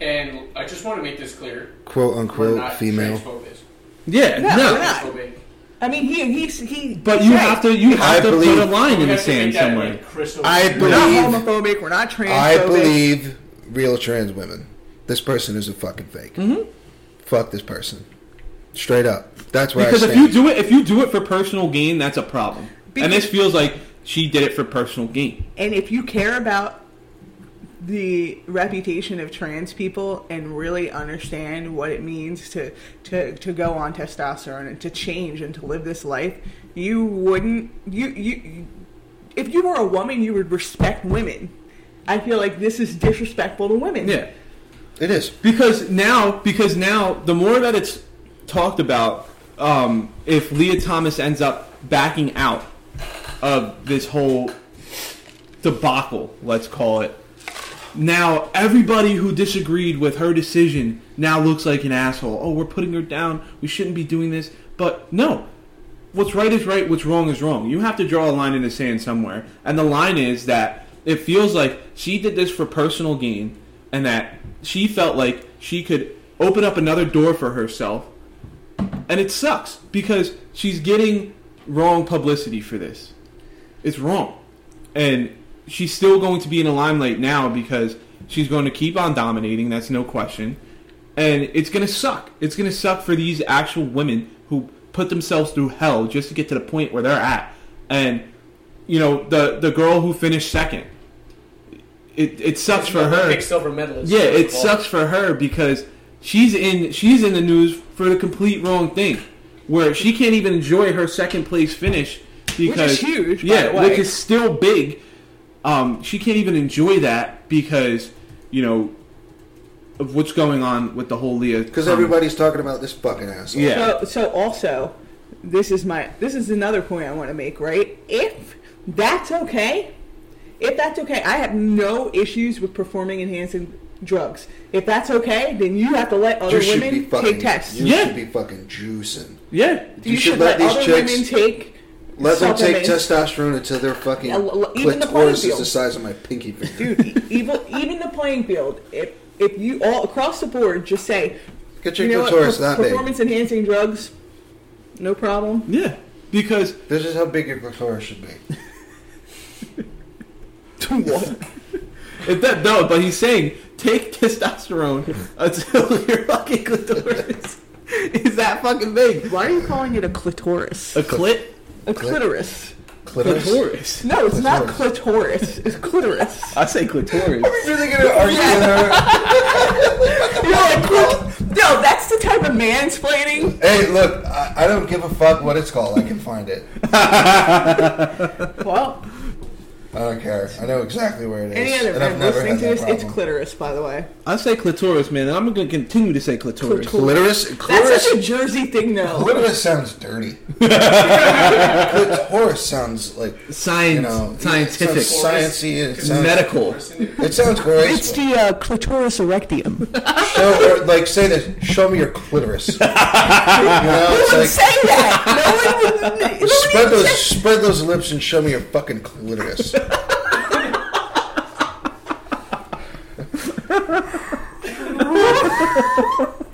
S5: And I just want to make this clear.
S3: Quote
S5: We're
S3: unquote
S5: not
S3: female.
S5: transphobic.
S1: Yeah,
S4: No,
S1: no.
S4: we're not.
S5: Transphobic.
S4: I mean, he he's he.
S1: But you
S4: right.
S1: have to you have
S3: I
S1: to
S3: believe-
S1: put a line
S5: We
S1: in the
S5: have to
S1: sand
S5: make that,
S1: somewhere.
S5: like, crystal
S3: I
S5: clear.
S4: We're not
S3: Believe-
S4: homophobic. We're not transphobic.
S3: I believe real trans women. This person is a fucking fake.
S1: Mm-hmm.
S3: Fuck this person. Straight up. That's where
S1: Because
S3: I
S1: if you
S3: stand.
S1: do it if you do it for personal gain, that's a problem. and
S4: Because-
S1: this feels like she did it for personal gain.
S4: And if you care about the reputation of trans people and really understand what it means to, to, to go on testosterone and to change and to live this life, you wouldn't you you if you were a woman you would respect women. I feel like this is disrespectful to women.
S1: Yeah.
S3: it is.
S1: Because now, because now, the more that it's talked about, um, if Leah Thomas ends up backing out of this whole debacle, let's call it, now everybody who disagreed with her decision now looks like an asshole. Oh, we're putting her down. We shouldn't be doing this. But no, what's right is right, what's wrong is wrong. You have to draw a line in the sand somewhere. And the line is that it feels like she did this for personal gain and that she felt like she could open up another door for herself. And it sucks because she's getting wrong publicity for this. It's wrong. And she's still going to be in the limelight now because she's going to keep on dominating, that's no question. And it's going to suck. It's going to suck for these actual women who put themselves through hell just to get to the point where they're at. And you know, the the girl who finished second. It it sucks for her.
S5: Olympic silver medalist.
S1: Yeah, it
S5: Well,
S1: sucks for her because she's in she's in the news for the complete wrong thing, where she can't even enjoy her second place finish because
S4: huge, by
S1: Yeah,
S4: the way.
S1: which is still big. Um, she can't even enjoy that because you know of what's going on with the whole Leah.
S3: Because
S1: um,
S3: everybody's talking about this fucking asshole.
S1: Yeah.
S4: So, so also, this is my this is another point I want to make. Right? If that's okay, if that's okay, I have no issues with performing enhancing drugs. If that's okay, then you have to let other
S3: You should be
S4: women
S3: fucking.
S4: take tests.
S3: You
S4: You,
S1: Yeah.
S3: should be fucking juicing.
S1: Yeah,
S4: should, let,
S3: these
S4: other
S3: chicks-
S4: women take.
S3: Let them take
S4: supplements.
S3: testosterone until they're fucking
S4: Yeah, l- l- even the
S3: clitoris
S4: porno
S3: is the size of my
S4: *laughs*
S3: pinky finger.
S4: Dude, e- even even the playing field. If if you all across the board just say,
S3: Get your
S4: you know
S3: clitoris
S4: what, per-
S3: that big.
S4: performance enhancing drugs, no problem.
S1: yeah,
S4: *laughs*
S1: because
S3: This is how big your clitoris should be.
S4: what?
S1: *laughs* if that no, but he's saying take testosterone *laughs* until your fucking clitoris *laughs* is that fucking big.
S4: Why are you calling it a clitoris?
S1: A clit
S4: A clitoris.
S3: Clitoris.
S1: clitoris.
S4: No, it's not clitoris. It's *laughs* clitoris.
S1: I say clitoris.
S3: Really gonna argue with
S4: *laughs*
S3: her?
S4: You're like, "Clit-" no, that's the type of mansplaining.
S3: Hey, look, I, I don't give a fuck what it's called. I can find it.
S4: Well,
S3: I don't care. I know exactly where it is.
S4: any other
S3: and I've
S4: man
S3: never
S4: listening to
S3: had that
S4: this, it's
S3: problem.
S4: clitoris, by the way.
S1: I say clitoris, man. and I'm gonna continue to say clitoris.
S4: Clitoris.
S3: Clitoris?
S4: That's
S3: Clitoris?
S4: such a Jersey thing, though.
S3: Clitoris sounds
S4: *laughs*
S3: dirty. clitoris sounds like
S1: Science,
S3: you know
S1: scientific,
S3: It sounds sciencey. and It sounds,
S1: medical.
S3: It sounds
S4: It's
S3: gross.
S4: the uh, clitoris *laughs* erectium.
S3: Show, or like say this. Show me your clitoris. you know,
S4: Who would
S3: it's
S4: say
S3: like
S4: that? No
S3: *laughs*
S4: one would. nobody would
S3: spread those
S4: say-
S3: spread those lips and show me your fucking clitoris.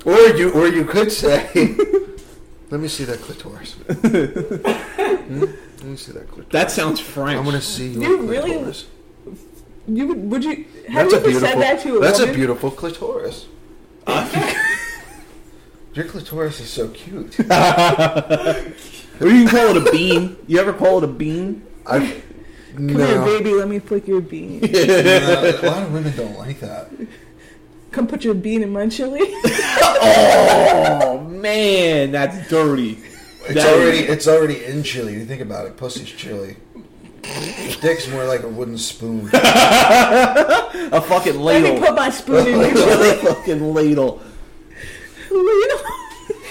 S3: or you or you could say, let me see that clitoris. Hmm? Let me see that clitoris.
S1: That sounds French.
S3: I want to see your
S4: You really-
S3: clitoris.
S4: You would, would you? Have you ever said that to a
S3: That's
S4: woman?
S3: a beautiful clitoris. Your clitoris is so cute.
S1: Or you can call it a bean. You ever call it a bean?
S3: I,
S4: Come here,
S3: *laughs* no.
S4: baby. Let me flick your
S3: *laughs*
S4: bean.
S3: No, A lot of women don't like that.
S4: Come put your bean in my
S3: *laughs*
S4: chili.
S1: Oh man, that's dirty.
S3: It's
S1: That-
S3: already it's already in chili. You think about it. Pussy's chili. Dick's more like a wooden *laughs* spoon.
S1: a fucking
S4: Let me put
S1: ladle.
S4: my spoon
S3: *laughs*
S4: in your
S1: *laughs*
S4: chili. *laughs*
S1: a fucking ladle.
S4: Ladle.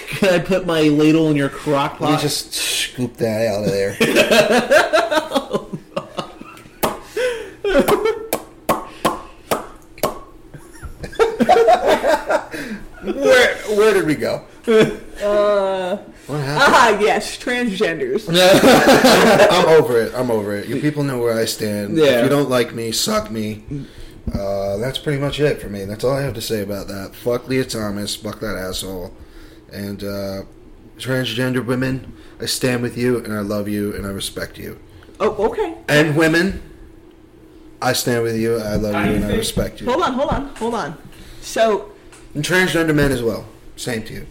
S1: Can I put my ladle in your crock
S3: Let me
S1: pot?
S3: just scoop that out of *laughs* there. where where did we go?
S4: Uh,
S3: What happened?
S4: ah, yes, transgenders.
S3: *laughs* I'm over it. I'm over it. You people know where I stand.
S1: Yeah.
S3: If you don't like me, suck me. Uh, that's pretty much it for me. That's all I have to say about that. Fuck Leah Thomas. Fuck that asshole. And uh, transgender women, I stand with you, and I love you, and I respect you.
S4: Oh, okay.
S3: And women, I stand with you. I love you, and I respect you.
S4: Hold on, hold on, hold on. So
S3: And transgender men as well. Same to you.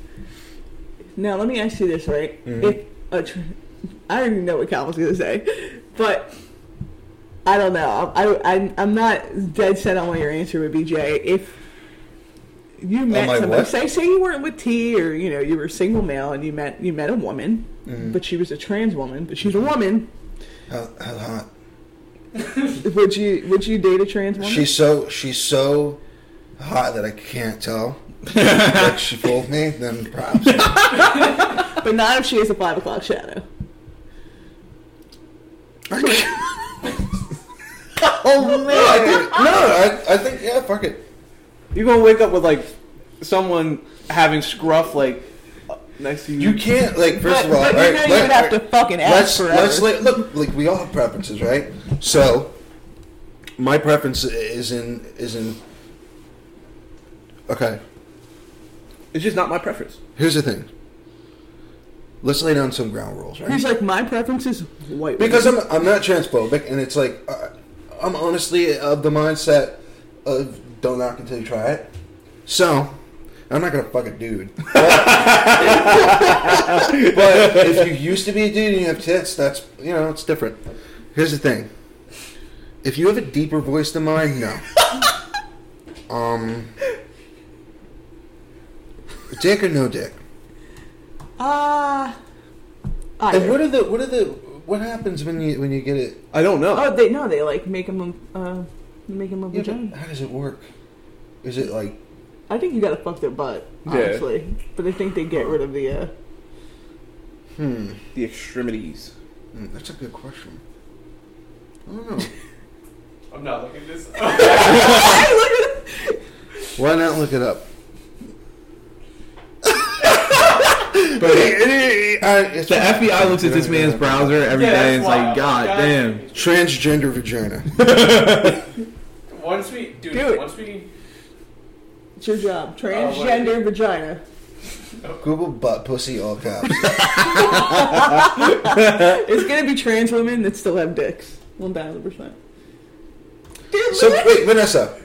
S4: now let me ask you this, right?
S3: Mm-hmm.
S4: If a tr I don't even know what Calvin's gonna say, but I don't know. I, I I'm not dead set on what your answer would be, Jay. If you met
S3: my
S4: somebody,
S3: what?
S4: say say you weren't with T, or you know you were a single male and you met you met a woman,
S3: Mm.
S4: but she was a trans woman, but she's a woman.
S3: How, how hot?
S4: Would you would you date a trans woman?
S3: She's so she's so hot that I can't tell. if she fooled me, then props.
S4: but not if she is a five o'clock shadow.
S1: Oh
S3: No, I
S1: man,
S3: think, no, I, I think yeah, fuck it.
S1: you're gonna wake up with like someone having scruff like uh, next to you.
S3: You can't like first
S4: But,
S3: of all,
S4: but
S3: all
S4: you
S3: right,
S4: know
S3: let-
S4: you would have
S3: all
S4: to
S3: right,
S4: fucking ask
S3: let's
S4: for
S3: let's let, look like we all have preferences, right? So my preference is in is in Okay.
S1: It's just not my preference.
S3: Here's the thing. Let's lay down some ground rules, right?
S4: He's like, my preference is white.
S3: because
S4: women.
S3: I'm I'm not transphobic, and it's like uh, I'm honestly of the mindset of don't knock until you try it. So I'm not gonna fuck a dude. *laughs* but if you used to be a dude and you have tits, that's you know it's different. Here's the thing: if you have a deeper voice than mine, no. um, dick or no dick.
S4: ah. either.
S3: And what are the what are the what happens when you when you get it?
S1: I don't know.
S4: oh, they no, they like make him a uh, make him a
S3: Yeah,
S4: vagina.
S3: but how does it work? Is it like
S4: I think you gotta fuck their butt,
S1: Yeah.
S4: honestly. But I think they get rid of the. Uh,
S3: hmm?
S1: the extremities.
S3: hmm, That's a good question. I don't know.
S5: I'm not looking at this. *laughs*
S3: Why not look it up?
S1: But
S3: the
S1: the FBI looks at this man's browser every
S5: Yeah,
S1: day and
S5: that's
S1: it's like,
S5: wild.
S1: God
S5: God
S1: damn.
S3: Transgender vagina. *laughs*
S5: Once we, dude,
S4: Do it.
S5: once we,
S4: it's your
S3: Oh,
S4: job,
S5: wait.
S4: transgender vagina.
S3: Google butt pussy all caps.
S4: It's gonna be trans women that still have dicks. One thousand percent. Dude,
S3: so
S4: look at-
S3: wait, Vanessa,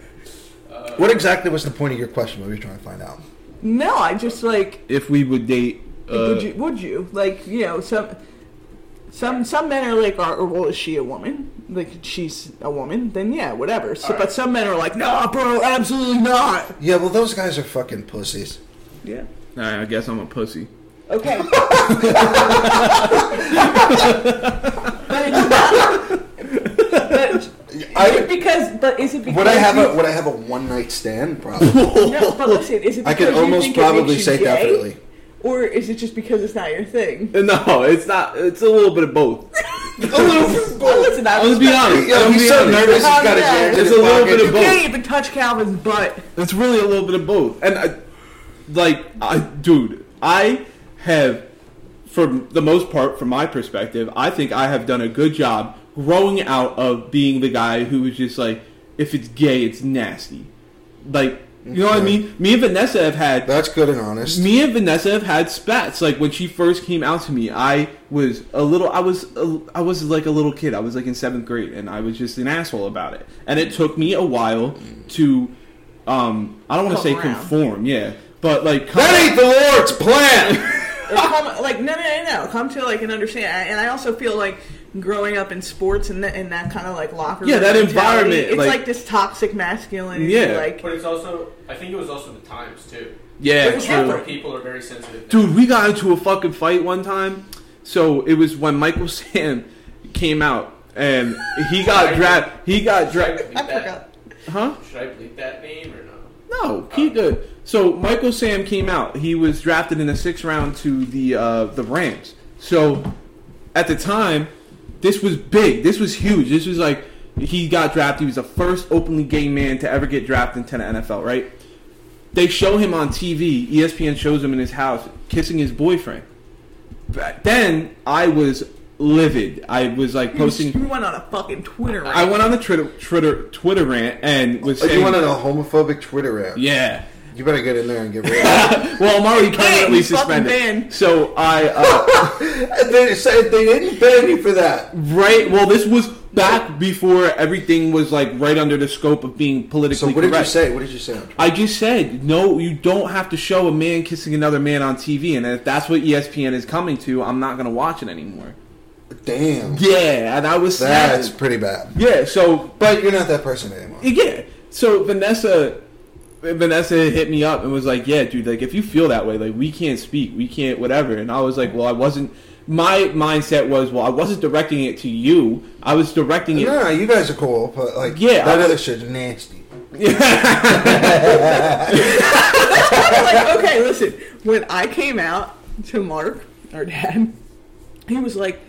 S5: uh,
S3: what exactly was the point of your question? What were you trying to find out?
S4: no, I just like
S1: If we would date.
S4: Like,
S1: Uh,
S4: would you? Would you? Like you know some. Some some men are like, are, well, is she a woman? Like she's a woman, then yeah, whatever. So,
S5: All
S4: But
S5: right.
S4: some men are like, nah, bro, absolutely not.
S3: Yeah, well, those guys are fucking pussies.
S4: Yeah.
S1: Alright, I guess I'm a pussy.
S4: *laughs* Okay. but it's not. But, is it
S3: I
S4: because, but is it because
S3: would I have
S4: you,
S3: a would I have a one night
S1: *laughs*
S3: stand? Probably.
S4: No, but listen, is it because
S3: I could
S4: you
S3: almost
S4: think it makes
S3: probably
S4: you
S3: say
S4: gay?
S3: definitely.
S4: or is it just because it's not your
S3: *laughs*
S4: thing?
S1: *laughs* No, it's not. It's a little bit of both. *laughs*
S3: a little
S4: Well, listen, I
S1: I'm gonna
S4: was
S1: be honest.
S3: Yeah,
S1: I'm
S3: he's
S1: gonna
S3: so
S1: be honest.
S3: nervous. He's
S4: Calm
S3: got his
S4: down.
S3: hands in
S1: It's
S3: his
S1: a little
S3: pocket.
S1: bit of both.
S4: Can't even touch Calvin's butt.
S1: It's really a little bit of both. And I, like, I, dude, I have, for the most part, from my perspective, I think I have done a good job growing out of being the guy who was just like, if it's gay, it's nasty. Like, you know what I
S3: Okay.
S1: mean? Me and Vanessa have had
S3: That's good and honest.
S1: me and Vanessa have had spats. Like when she first came out to me, I was a little. I was. A, I was like a little kid. I was like in seventh grade, and I was just an asshole about it. And it took me a while to. Um, I don't want
S4: Come
S1: to say
S4: around.
S1: conform. Yeah, but like.
S3: That ain't the Lord's plan.
S4: or come like no, no, no, no, come to like an understanding. And I also feel like growing up in sports and that and that kind of like locker
S1: Yeah,
S4: room
S1: that
S4: mentality,
S1: environment,
S4: It's
S1: like-
S4: like, this toxic masculinity.
S1: Yeah.
S4: like
S5: But it's also, I think it was also the times too.
S1: *laughs* Yeah,
S4: was
S1: true.
S4: different.
S5: Where people are very sensitive. now.
S1: Dude, we got into a fucking fight one time. So it was when Michael *laughs* Sam came out and he got dragged. He got
S5: Should I
S1: dragged.
S5: bleep
S4: I forgot.
S5: that?
S1: Huh?
S5: Should I bleep that name or no?
S1: No,
S3: Oh.
S1: keep good. So Michael Sam came out. He was drafted in the sixth round to the uh, the Rams. So at the time, this was big. This was huge. This was like he got drafted. He was the first openly gay man to ever get drafted into the NFL. Right? They show him on E TV. ESPN shows him in his house kissing his boyfriend. Back then I was livid. I was like
S4: you
S1: posting.
S4: went on a fucking Twitter. *laughs*
S1: I
S4: rant.
S1: went on the Twitter Twitter Twitter rant and was
S3: Oh,
S1: saying,
S3: you wanted a homophobic Twitter app?
S1: yeah.
S3: You better get in there and get rid of it.
S1: Well, I'm already permanently
S4: you fucking
S1: suspended.
S4: banned.
S1: So I uh,
S3: And *laughs* they said they didn't ban you for that.
S1: right. Well, this was back before everything was like right under the scope of being politically
S3: So what did you
S1: correct.
S3: say? What did you say?
S1: I just said no. You don't have to show a man kissing another man on TV, and if that's what E ESPN is coming to, I'm not gonna watch it anymore.
S3: Damn,
S1: Yeah, and I was sad.
S3: that's pretty bad.
S1: Yeah. So
S3: But you're not that person anymore.
S1: yeah. So Vanessa, Vanessa hit me up and was like, "Yeah, dude. Like, if you feel that way, like, we can't speak, we can't whatever." And I was like, "Well, I wasn't. My mindset was, well, I wasn't directing it to you. I was directing it. *laughs*
S3: No, no, you guys are cool, but like
S1: Yeah,
S3: that
S1: I-
S3: other shit's nasty.
S4: like, okay, listen. When I came out to Mark, our dad, he was like,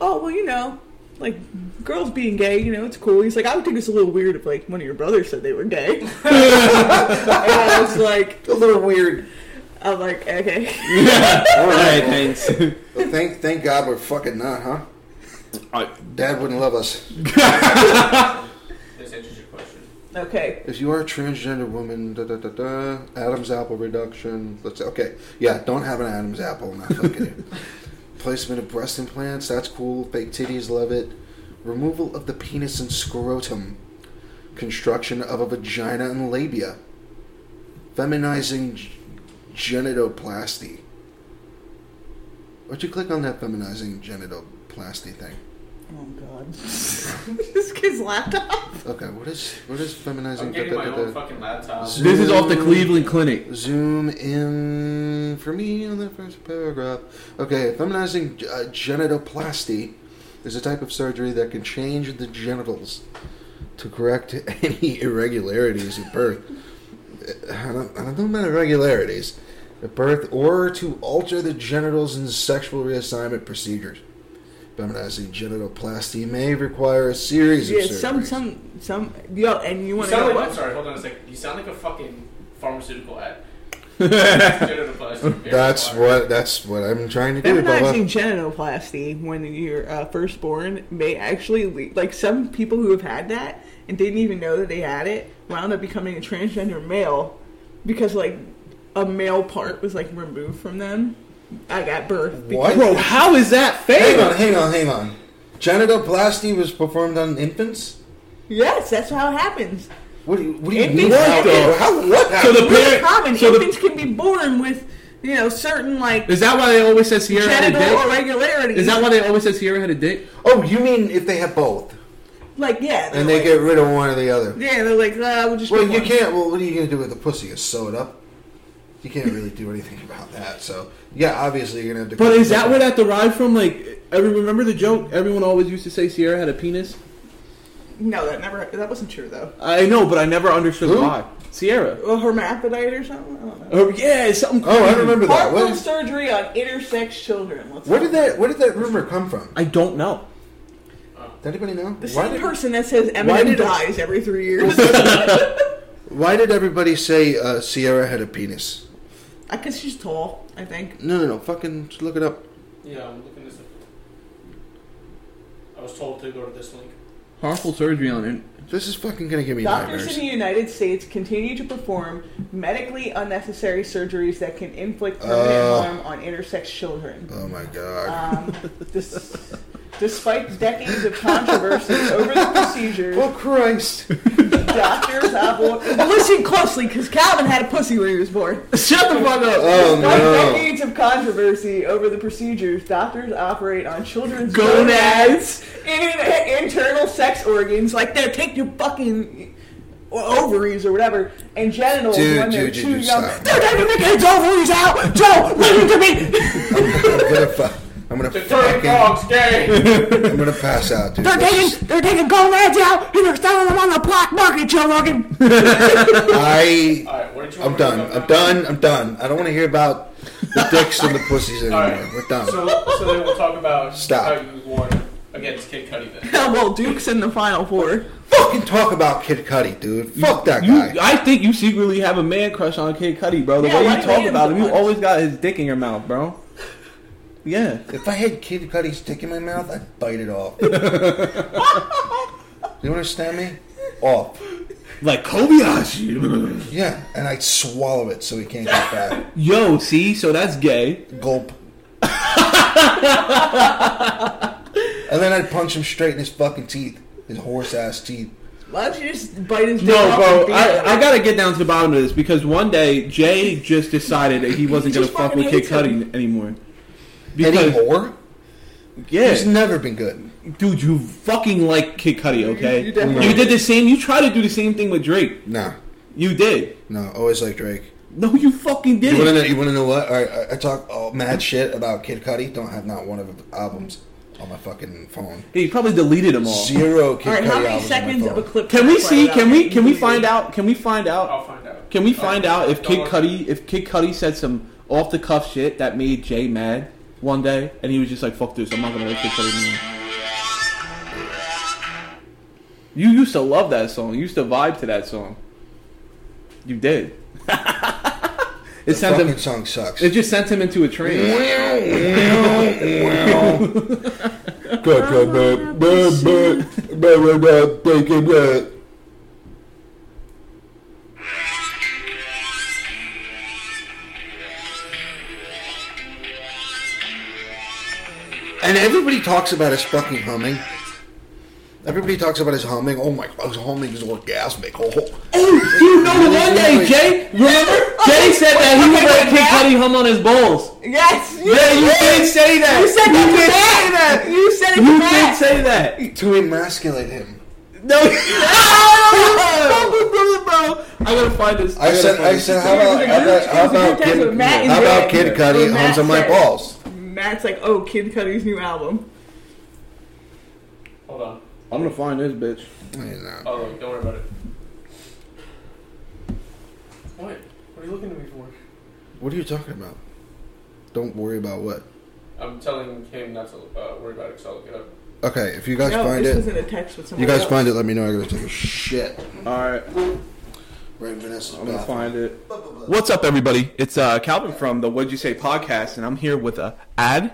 S4: "Oh, well, you know, like girls being gay, you know, it's cool." He's like, "I would think it's a little weird if like one of your brothers said they were gay." *laughs* and I was like,
S3: A little weird.
S4: "I'm like, okay."
S1: *laughs* All right, *laughs* thanks.
S3: Well, thank thank God we're fucking not, huh?
S1: I-
S3: Dad wouldn't love us.
S5: This answers your question.
S4: Okay.
S3: If you are a transgender woman, da da da da, Adam's apple reduction. Let's okay, yeah, don't have an Adam's apple. Not fucking Placement of breast implants. That's cool. Fake titties, love it. Removal of the penis and scrotum. Construction of a vagina and labia. Feminizing g- genitoplasty. Why'd you click on that feminizing genitoplasty thing?
S4: Oh God. *laughs* this kid's laptop.
S3: Okay, what is what is feminizing?
S5: I'm getting my
S3: da- da- da-
S5: own fucking laptop.
S3: Zoom.
S1: this is off the Cleveland Clinic.
S3: Zoom in for me on the first paragraph. Okay, feminizing uh, genitoplasty is a type of surgery that can change the genitals to correct *laughs* any irregularities at birth. I don't, I don't know about irregularities at birth or to alter the genitals in sexual reassignment procedures. Feminizing genitoplasty may require a series
S4: Yeah,
S3: of surgeries.
S4: some, some, some. Yo, and you
S5: You
S4: want to
S5: sound
S4: know
S5: like,
S4: what?
S5: I'm sorry, hold on a second. You sound like a fucking pharmaceutical
S3: *laughs*
S5: ad.
S3: That's what that's what I'm trying to do. Bubba.
S4: Feminizing genitoplasty when you're uh, first born may actually lead, like some people who have had that and didn't even know that they had it wound up becoming a transgender male because like a male part was like removed from them. I got birth.
S3: What?
S1: Bro, how is that
S3: Hang on,
S1: fair?
S3: hang on, hang on. Genitoplasty was performed on infants.
S4: Yes, that's how it happens.
S3: What do you? What do you
S4: Infants
S3: mean?
S4: have
S3: How,
S4: it.
S3: how, what?
S1: So the
S4: It's
S1: parent.
S4: common.
S1: So
S4: Infants
S1: the,
S4: can be born with you know certain like
S1: is that why they always said Sierra had a
S4: genital
S1: dick?
S4: irregularities.
S1: Is that why they always said Sierra had a dick?
S3: oh, you mean if they have both
S4: like yeah?
S3: and they
S4: like-
S3: get rid of one or the other?
S4: yeah. They're like uh, we'll just
S3: Well,
S4: get
S3: you
S4: one."
S3: can't. Well, what are you gonna do with the pussy? You sew it up. You can't really do anything about that. So yeah, obviously you're gonna have to.
S1: But is that where that derived from? Like, I remember the joke. Everyone always used to say Sierra had a penis.
S4: No, that never. That wasn't true though.
S1: I know, but I never understood
S3: Who?
S1: why. Sierra.
S4: a hermaphrodite or something. I don't know.
S1: Oh yeah, something.
S3: Oh, I
S1: crazy.
S3: remember that.
S4: Harmful
S3: What,
S4: surgery on intersex children. What's
S3: where did that? Where did that rumor come from?
S1: I don't know.
S5: Oh,
S3: Does anybody know?
S4: The
S3: Why
S4: same
S3: did-
S4: person that says
S3: why
S4: Eminem
S3: did-
S4: dies every three years.
S3: Why did everybody say uh, Sierra had a penis?
S4: Because she's tall, I think.
S3: No, no, no. Fucking just look it up.
S5: Yeah, I'm looking this up. I was told to go to this link.
S1: Harmful surgery on it.
S3: This is fucking gonna give me
S4: Doctors
S3: nightmares.
S4: in the United States continue to perform medically unnecessary surgeries that can inflict permanent
S3: Oh.
S4: harm on intersex children.
S3: Oh my god. *laughs*
S4: Um, dis- Oh, despite decades of controversy over the procedures,
S3: Christ.
S4: doctors. I want. But *laughs* Listen closely, because Calvin had a pussy when he was born.
S1: Shut the fuck up.
S3: Oh
S4: Despite
S3: no!
S4: decades of controversy over the procedures, doctors operate on children's
S1: Gonads.
S4: gonads and internal sex organs, like they take your fucking ovaries or whatever, and genitals
S3: Dude,
S4: when they're
S3: dude, dude,
S4: too
S3: dude,
S4: young.
S3: stop.
S4: Dude, they're taking his ovaries out! Joe, listen to me!
S3: I'm gonna, fu- I'm gonna
S5: The
S3: fucking,
S5: third
S3: *laughs*
S5: dog's gay.
S3: I'm gonna pass out, dude.
S4: They're
S3: This
S4: taking, they're taking gonads out and they're selling them on the black market, Joe Rogan!
S3: is- I,
S5: All right, what did
S3: I'm
S5: you want me to
S3: done.
S5: talk
S3: I'm
S5: about?
S3: done. I'm done. I don't want to hear about the dicks and the pussies anymore.
S5: All right.
S3: We're done.
S5: So, so then we'll talk about
S3: Stop.
S5: how you won against Kid Cudi then.
S4: well, Duke's in the final four.
S3: Fucking talk about Kid Cudi, dude. Fuck that
S1: You,
S3: guy.
S1: I think you secretly have a man crush on Kid Cudi, bro. The
S4: Yeah,
S1: way
S4: why
S1: you
S4: do
S1: talk
S4: you
S1: about him, you
S4: want-
S1: always got his dick in your mouth, bro. Yeah.
S3: If I had Kid Cudi's dick in my mouth, I'd bite it off. Do you understand me? Off.
S1: Like Kobayashi.
S3: Yeah, and I'd swallow it so he can't get back.
S1: Yo, see, so that's gay.
S3: Gulp. and then I'd punch him straight in his fucking teeth, his horse ass teeth.
S4: Why don't you just bite his dick
S1: No,
S4: off and
S1: bro,
S4: beat him?
S1: I, I gotta get down to the bottom of this because one day Jay just decided that he wasn't
S4: He
S1: gonna
S4: just
S1: fuck with
S4: fucking
S1: Kid
S4: hates
S1: Cudi anymore.
S3: Eddie
S1: Because
S3: Moore? He's
S1: yeah,
S3: never been good.
S1: dude, you fucking like Kid Cudi, okay?
S4: You-
S1: You
S4: you definitely-
S1: did the same. You tried to do the same thing with Drake.
S3: No,
S1: You did.
S3: no, always like Drake.
S1: No, you fucking
S3: You
S1: didn't.
S3: wanna know? You wanna know what? All right, I, I talk all mad shit about Kid Cudi. Don't have not one of his albums on my fucking phone.
S1: He probably deleted them all.
S3: Zero Kid
S4: All right,
S3: Cudi
S4: how many
S3: albums
S4: seconds
S3: on
S4: of
S3: my phone.
S4: a clip?
S1: Can we see?
S4: Right
S1: Can
S4: out. Oh.
S1: we? Can we find out? Can we find
S5: I'll
S1: out?
S5: find out.
S1: Can we find
S5: I'll-
S1: out if
S5: I'll
S1: Kid
S5: look.
S1: Cudi if Kid Cudi said some off the cuff shit that made Jay mad one day, and he was just like, "Fuck this, I'm not gonna like Kid Cudi anymore." You used to love that song. You used to vibe to that song. You did. *laughs* it
S3: The
S1: sent
S3: fucking
S1: him.
S3: song sucks.
S1: It just sent him into a train.
S3: That's And everybody talks about his fucking humming. Everybody talks about his humming. Oh my god, his humming is orgasmic. Oh,
S1: Oh, you know, one day Jay, remember
S4: Oh,
S1: Jay said that he would let Kid Cudi hum on his balls.
S4: Yes. You
S1: Yeah, you did say that.
S4: You said
S1: You
S4: that.
S1: did
S4: to
S1: say that.
S4: Matt. You said it.
S1: You
S4: to Matt.
S1: did say that.
S3: to emasculate him.
S1: *laughs* No. no! I gotta find this.
S3: I
S1: gotta
S3: said,
S1: find
S3: I
S1: this.
S3: said, how about, how about, how about Kid, how about Kid Cudi hums on my balls?
S4: Matt's like, oh, Kid Cudi's new album.
S5: Hold on.
S1: I'm gonna find this bitch.
S3: You know.
S5: Oh, look, don't worry about it. What? What are you looking at me for?
S3: What are you talking about? Don't worry about what.
S5: I'm telling him not to uh, worry about it, so I'll look it up.
S3: Okay, if you guys
S4: no,
S3: find
S4: this
S3: it,
S4: was in a text with someone.
S3: you guys
S4: else.
S3: find it. Let me know. I gotta take a shit.
S1: Alright,
S3: Right, Vanessa's
S1: I'm gonna
S3: bathroom.
S1: find it. What's up, everybody? It's uh, Calvin from the What'd You Say podcast, and I'm here with a ad.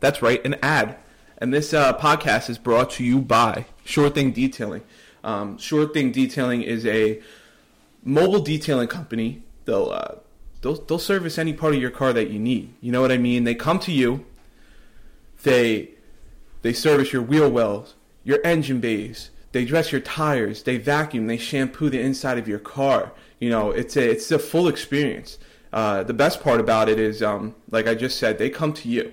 S1: That's right, an ad. And this uh, podcast is brought to you by Sure Thing Detailing. Um, sure Thing Detailing is a mobile detailing company. They'll uh, they'll they'll service any part of your car that you need. You know what I mean? They come to you. They They service your wheel wells, your engine bays. They dress your tires. They vacuum. They shampoo the inside of your car. You know, it's a it's a full experience. Uh, the best part about it is, um, like I just said, they come to you.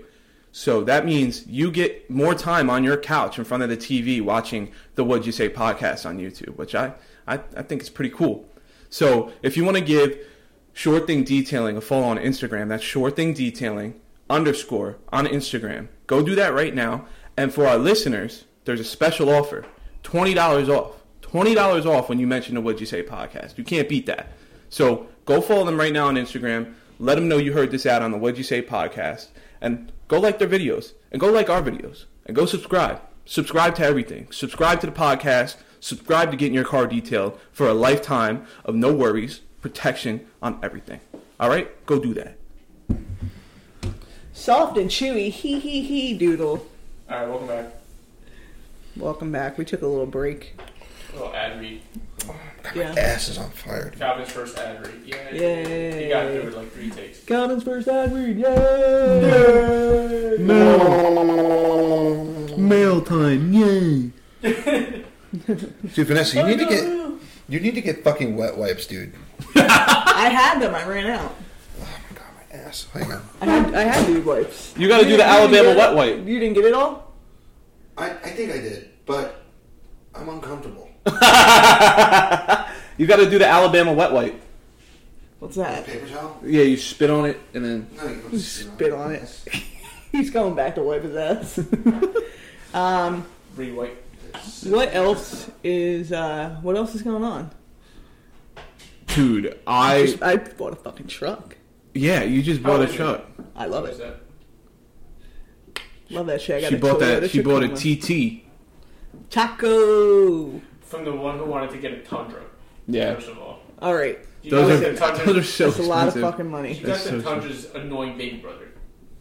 S1: So that means you get more time on your couch in front of the TV watching the What'd You Say podcast on YouTube, which I, I, I think is pretty cool. So if you want to give Sure Thing Detailing a follow on Instagram, that's Sure Thing Detailing underscore on Instagram. Go do that right now. And for our listeners, there's a special offer $20 off. $20 off when you mention the What'd You Say podcast. You can't beat that. So go follow them right now on Instagram. Let them know you heard this ad on the What'd You Say podcast. And go like their videos. And go like our videos. And go subscribe. Subscribe to everything. Subscribe to the podcast. Subscribe to getting your car detailed for a lifetime of no worries, protection on everything. All right? Go do that.
S4: Soft and chewy, hee hee hee doodle.
S5: All right, welcome back.
S4: Welcome back. We took a little break.
S5: A little ad read.
S4: Yeah.
S3: Ass is on fire.
S5: Calvin's first ad read. Yay.
S4: Yay.
S5: He got through it like three takes.
S4: Calvin's first ad read. Yay!
S1: Mail time. Yay.
S3: Dude, Vanessa, you need to get You need to get fucking wet wipes, dude.
S4: I had them. I ran out.
S3: God, my ass. Hang on.
S4: I had I had dude wipes.
S2: You gotta do the
S4: didn't- you didn't
S2: Alabama
S4: get it?
S2: wet wipe.
S4: You didn't get it all.
S3: I, I think I did, but I'm uncomfortable.
S2: You gotta do the Alabama wet wipe.
S4: What's that?
S3: Paper towel?
S1: Yeah, you spit on it and then
S3: No, you don't
S4: Spit on it. *laughs* He's going back to wipe his ass. *laughs* um,
S5: Rewipe.
S4: what else is uh, what else is going on?
S1: dude, I
S4: I bought a fucking truck.
S1: yeah, you just bought a
S5: Oh,
S1: truck.
S4: I love
S5: What is
S4: it.
S5: that?
S4: Love that shit. I got
S1: She
S4: a
S1: bought
S4: Toyota
S1: that. She bought a
S4: Tacoma.
S1: TT.
S4: Taco.
S5: From the one who wanted to get a Tundra.
S1: Yeah,
S5: First of all.
S4: All right,
S5: You
S1: those
S5: got
S1: are
S5: the Tundra-
S1: those are so
S4: that's a lot of
S1: expensive.
S4: fucking
S5: You
S4: money.
S5: got
S1: That's
S5: the
S1: so true.
S5: Tundra's annoying baby brother.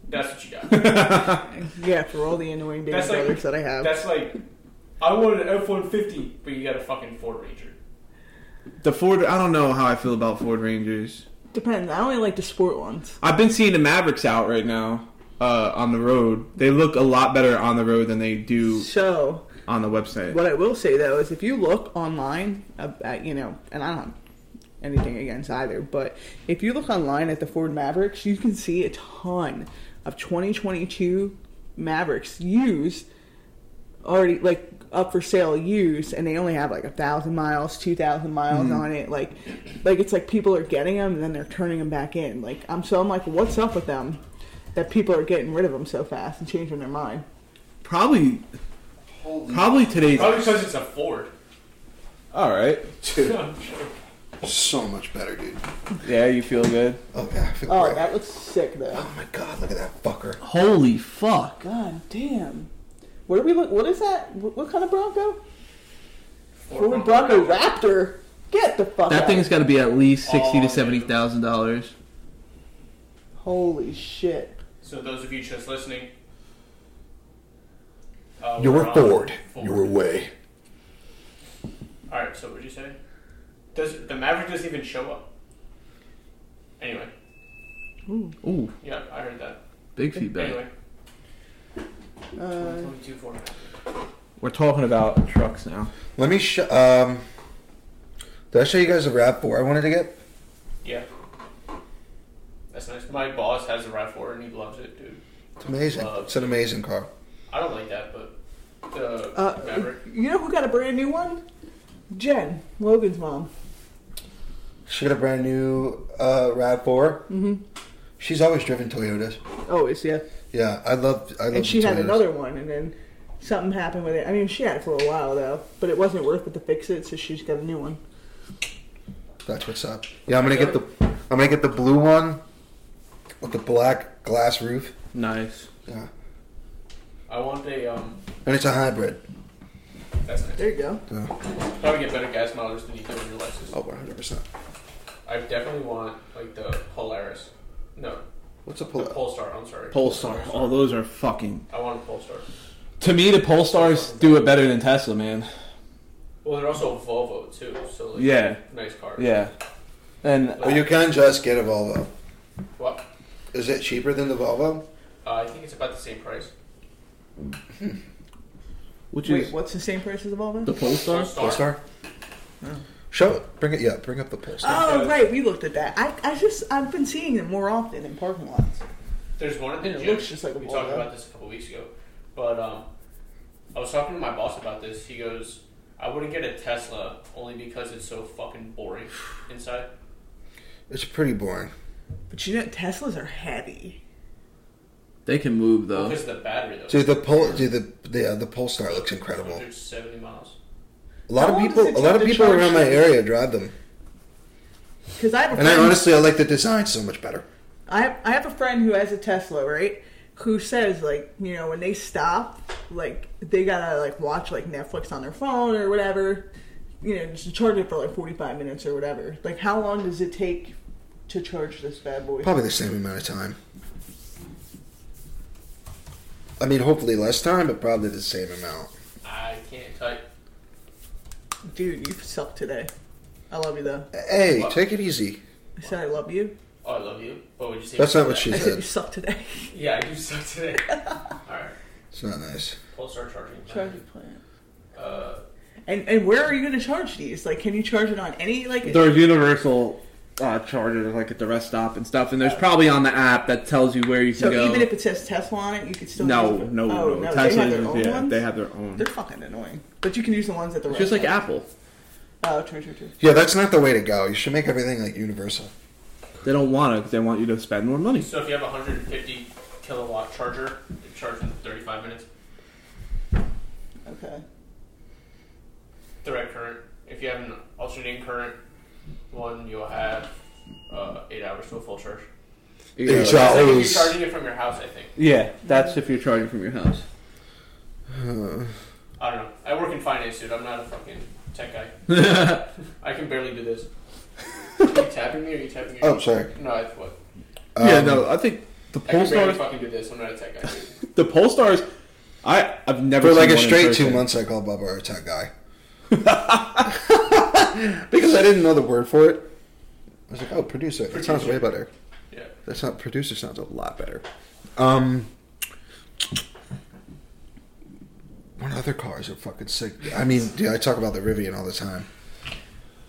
S5: That's what
S1: *laughs*
S5: you got.
S4: Yeah, for all the annoying baby
S5: That's like-
S4: brothers that I have.
S5: That's like, I wanted an F one fifty, but you got a fucking Ford Ranger.
S1: The Ford. I don't know how I feel about Ford Rangers.
S4: Depends. I only like the sport ones.
S1: I've been seeing the Mavericks out right now uh, on the road. They look a lot better on the road than they do
S4: So
S1: on the website.
S4: What I will say though is, if you look online, ab- at, you know, and I don't have anything against either, but if you look online at the Ford Mavericks, you can see a ton of 2022 Mavericks used, already like up for sale used, and they only have like a thousand miles, two thousand miles on it. Like, like it's like people are getting them and then they're turning them back in. Like, I'm so I'm like, what's up with them? That people are getting rid of them so fast and changing their mind.
S1: Probably, probably today's.
S5: Probably because it's
S1: *laughs*
S5: a Ford.
S1: All right.
S5: I'm sure.
S3: So much better, dude.
S1: Yeah, you feel good.
S3: Oh, God, I feel
S4: Oh,
S3: great.
S4: that looks sick though.
S3: oh, my God, look at that fucker.
S1: Holy fuck!
S4: God damn. What are we look? What is that? What, what kind of Bronco?
S5: Ford
S4: Ford Bronco
S5: Bronco.
S4: Raptor. Get the fuck
S1: That
S4: out.
S1: thing's got to be at least sixty
S5: Oh,
S1: to seventy thousand dollars.
S4: Holy shit.
S5: So those of you just listening, uh,
S3: You
S5: we're
S3: were
S5: on
S3: Ford.
S5: Ford.
S3: You were way.
S5: All right. So what did you say? Does the Maverick doesn't even show up? Anyway,
S1: Ooh,
S5: yeah, I heard that.
S1: big feedback.
S5: Anyway,
S4: Uh,
S5: 22 Ford.
S1: We're talking about trucks now.
S3: Let me show. Um, did I show you guys the RAV4 I wanted to get?
S5: Yeah. That's nice. My boss has a RAV4 and he loves it, dude.
S3: It's amazing.
S5: Love.
S3: It's an amazing car.
S5: I don't like that, but the
S4: uh,
S5: Maverick.
S4: you know who got a brand new one? Jen, Logan's mom.
S3: She got a brand new uh, RAV4. Mm-hmm. She's always driven Toyotas.
S4: Always, Oh, yeah.
S3: Yeah, I love. I love.
S4: And she
S3: the
S4: had
S3: Toyotas.
S4: another one, and then something happened with it. I mean, she had it for a while though, but it wasn't worth it to fix it, so she's got a new one.
S3: That's what's up. Yeah, I'm gonna get the. I'm gonna get the blue one with the black glass roof.
S1: Nice.
S3: Yeah,
S5: I want a, um,
S3: and it's a hybrid.
S5: that's nice.
S4: There you go.
S3: Yeah.
S5: Probably get better gas mileage than you do in your Lexus.
S3: Oh, 100. percent
S5: I definitely want, like, the Polaris. No,
S3: What's a
S5: the
S3: pull?
S5: Polestar, I'm sorry.
S1: Polestar. Oh, those are fucking.
S5: I want a Polestar.
S1: To me, the Polestars do it better than Tesla, man.
S5: Well, they're also a Volvo, too, so, like,
S1: Yeah.
S5: nice car.
S1: Yeah, and
S3: Well, you can just get a Volvo.
S5: Well,
S3: Is it cheaper than the Volvo?
S5: uh, I think it's about the same price.
S1: which
S4: Wait,
S1: is
S4: what's the same price as the Volvo?
S1: the Polestar.
S3: Polestar. Show it. Bring it. Yeah, bring up the Polestar.
S4: Oh, right. We looked at that. I, I just I've been seeing them more often in parking lots.
S5: There's one at the
S4: And it
S5: gym.
S4: looks just like a
S5: we
S4: ball
S5: talked
S4: gag.
S5: about this a couple weeks ago, but um, I was talking to my boss about this. He goes, "I wouldn't get a Tesla only because it's so fucking boring inside."
S3: It's pretty boring.
S4: But you know, Teslas are heavy.
S1: They can move though.
S5: Because of the battery though,
S3: Dude, the pole, dude, the the, uh, the Polestar looks incredible.
S5: 170 miles.
S3: A
S4: How
S3: lot of
S4: long
S3: people,
S4: does it
S3: a lot
S4: take
S3: of
S4: to
S3: people
S4: charge
S3: around my
S4: these?
S3: area drive them,
S4: Because I have a
S3: and I
S4: friend,
S3: honestly, I like the design so much better.
S4: I have, I have a friend who has a Tesla, right? Who says like you know when they stop, like they gotta like watch like Netflix on their phone or whatever, you know, just charge it for like forty five minutes or whatever. Like how long does it take to charge this bad boy?
S3: Probably the same amount of time. I mean, hopefully less time, but probably the same amount.
S5: I can't type.
S4: Dude, you suck today. I love you though.
S3: Hey,
S5: Wow.
S3: take it easy.
S4: I said I love you.
S5: Oh, I love you. But would you say
S3: That's not what
S5: that?
S3: she
S4: I said you
S3: said.
S4: suck today. *laughs*
S5: Yeah, I do suck today. *laughs* All right,
S3: It's not nice.
S5: Polestar charging.
S4: Charging plant.
S5: Uh,
S4: And and where are you going to charge these? Like, can you charge it on any like?
S1: There's universal uh, chargers like at the rest stop and stuff, and there's probably on the app that tells you where you can
S4: so
S1: go.
S4: even if it says Tesla on it, you could still
S1: no,
S4: use it.
S1: no,
S4: oh,
S1: no,
S4: no,
S1: Tesla
S4: they have their
S1: is-
S4: own
S1: yeah,
S4: ones.
S1: they have their own.
S4: They're fucking annoying, but you can use the ones at the
S1: It's just like
S4: restaurant.
S1: Apple.
S4: Oh, true, true, true.
S3: Yeah, that's not the way to go. You should make everything like universal.
S1: They don't want it. 'cause They want you to spend more money.
S5: So if you have a 150 kilowatt charger, it charges in 35 minutes.
S4: Okay.
S5: Direct current. If you have an alternating current one, you'll have uh, eight hours to a full charge.
S1: Yeah.
S3: Exactly.
S5: It's like if you're
S3: Always.
S5: charging it from your house, I think.
S1: Yeah, that's if you're charging from your house.
S5: I don't know. I work in finance, dude. I'm not a fucking tech guy.
S3: *laughs*
S5: I can barely do this. Are you tapping me or are you tapping me?
S3: Oh, sorry.
S5: No, I, what?
S1: yeah,
S3: Um,
S1: no, I think the
S5: I can barely
S1: Polestars,
S5: fucking do this. I'm not a tech guy, dude.
S1: the Polestars, I I've never
S3: For
S1: seen
S3: like a
S1: one in
S3: straight two
S1: person.
S3: months, I called Bubba our
S1: *laughs*
S3: tech guy. *laughs* because I didn't know the word for it. I was like, oh, producer. That sounds way better.
S5: Yeah.
S3: That's not producer sounds a lot better. Um, what other cars are fucking sick? I mean, dude, I talk about the Rivian all the time.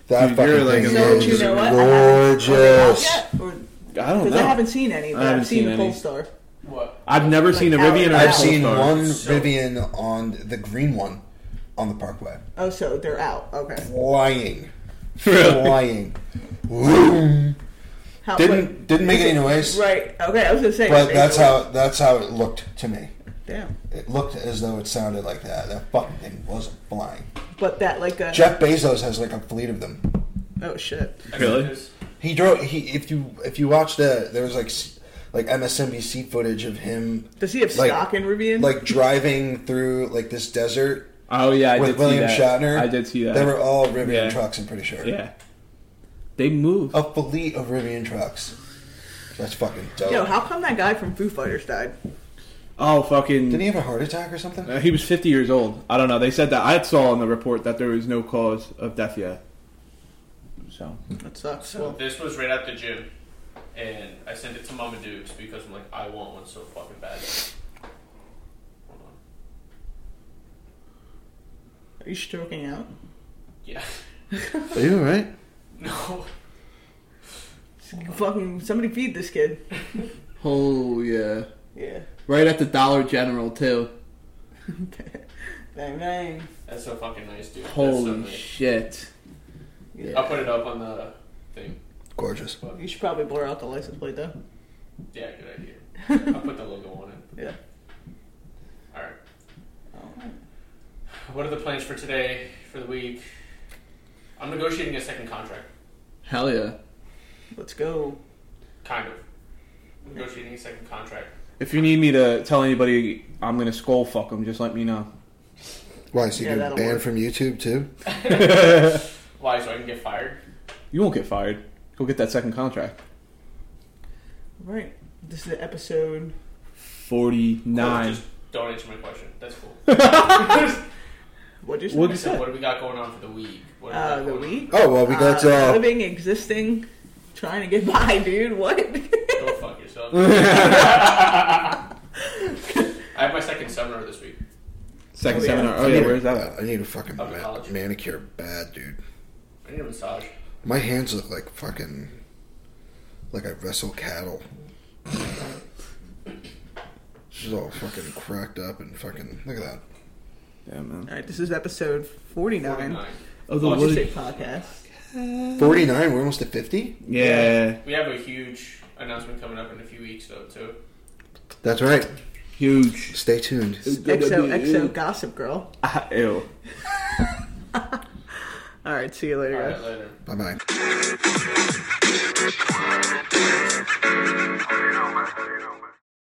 S3: That
S1: Dude,
S3: fucking
S1: you're like
S3: thing
S1: a
S4: So
S1: Those
S4: do you
S3: is
S4: know what? I haven't- are they out
S3: gorgeous.
S4: yet? Or-
S1: I don't
S4: Because
S1: know.
S4: I haven't seen any, but I
S1: haven't
S4: have seen,
S1: seen any.
S4: Polestar.
S5: What?
S1: I've never seen a
S4: out
S1: Rivian. Or
S4: and
S1: a
S4: out.
S3: I've seen
S1: Polestar.
S3: one
S5: So-
S3: Rivian on the green one on the Parkway,
S4: Oh, so they're out. Okay.
S3: flying,
S1: Really?
S3: flying. Vroom.
S4: How, wait,
S3: Didn't didn't make any noise,
S4: right. Okay, I was gonna say.
S3: but
S4: they-
S3: that's how that's how it looked to me.
S4: Damn.
S3: It looked as though it sounded like that. That fucking thing wasn't flying.
S4: But that like a.
S3: Jeff Bezos has like a fleet of them.
S4: Oh shit.
S5: I
S1: Really?
S5: think there's-
S3: He drove. He if you if you watch the there was like s- like MSNBC footage of him
S4: Does he have
S3: Like-
S4: stock in
S1: *laughs*
S4: Rivian?
S3: like driving through like this desert
S1: Oh yeah, I
S3: with
S1: did
S3: William
S1: see that.
S3: Shatner.
S1: I did see that.
S3: They were all Rivian
S1: Yeah.
S3: trucks. I'm pretty sure.
S1: yeah, they move.
S3: A fleet of Rivian trucks. That's fucking dope.
S4: Yo, how come that guy from Foo Fighters died?
S1: Oh fucking!
S3: Did he have a heart attack or something?
S1: Uh, he was 50 years old. I don't know. They said that. I saw in the report that there was no cause of death yet. So
S4: That sucks.
S5: So
S4: Well,
S5: this was right at the gym, and I sent it to Mama Dukes because I'm like, I want one so fucking bad. Hold on.
S4: are you stroking out?
S5: Yeah. *laughs*
S3: Are you alright?
S5: No.
S4: Fucking somebody feed this kid.
S1: Oh yeah,
S4: Yeah. *laughs*
S1: right at the Dollar General too.
S4: bang bang.
S5: That's so fucking nice, dude. That's so
S1: Holy
S5: nice.
S1: shit! Yeah.
S5: I'll put it up on the thing.
S3: Gorgeous.
S4: You should probably blur out the license plate though.
S5: Yeah, good idea. I'll put the logo on it.
S4: Yeah.
S5: Alright.
S4: Alright.
S5: What are the plans for today, for the week? I'm negotiating a second contract.
S1: Hell yeah!
S4: Let's go.
S5: Kind of. I'm negotiating a second contract.
S1: If you need me to tell anybody I'm gonna skull fuck them, just let me know.
S3: Why? So you
S4: Yeah,
S3: get
S4: that'll
S3: banned
S4: work.
S3: from YouTube too?
S5: Why? So I can get fired?
S1: You won't get fired. Go get that second contract.
S4: Right. This is episode.
S1: 49.
S5: Just don't answer my question. That's cool.
S4: What did you say?
S1: What did you
S5: So
S1: say?
S5: what do we got going on for the week? What
S4: Uh,
S5: do we got
S4: the
S5: going on?
S4: week.
S3: Oh well, we got.
S4: Uh,
S3: Uh,
S4: living, existing, trying to get *laughs* by, dude. What?
S5: Go fuck yourself. I have my second seminar this week.
S1: Second
S4: Oh, yeah.
S1: seminar.
S3: I
S1: Oh
S3: need
S1: yeah,
S3: a-
S1: where's that?
S3: I need a fucking
S5: Up in
S3: ma-
S5: college.
S3: manicure bad, dude.
S5: I need a massage.
S3: My hands look like fucking like I wrestle cattle. She's all fucking cracked up and fucking look at that.
S1: Yeah, man.
S4: All right, this is episode 49.
S5: 49.
S1: Oh, the
S4: Watch Your
S1: wood-
S4: Shit podcast.
S3: Forty nine, we're almost at fifty?
S1: Yeah,
S5: We have a huge announcement coming up in a few weeks, though, too.
S3: That's right.
S1: huge.
S3: Stay tuned.
S4: XOXO Gossip Girl.
S1: Ah, Ew.
S4: All right, see you later,
S5: All
S4: guys.
S5: right, later.
S3: Bye bye.
S6: How you know, man? How you know, man?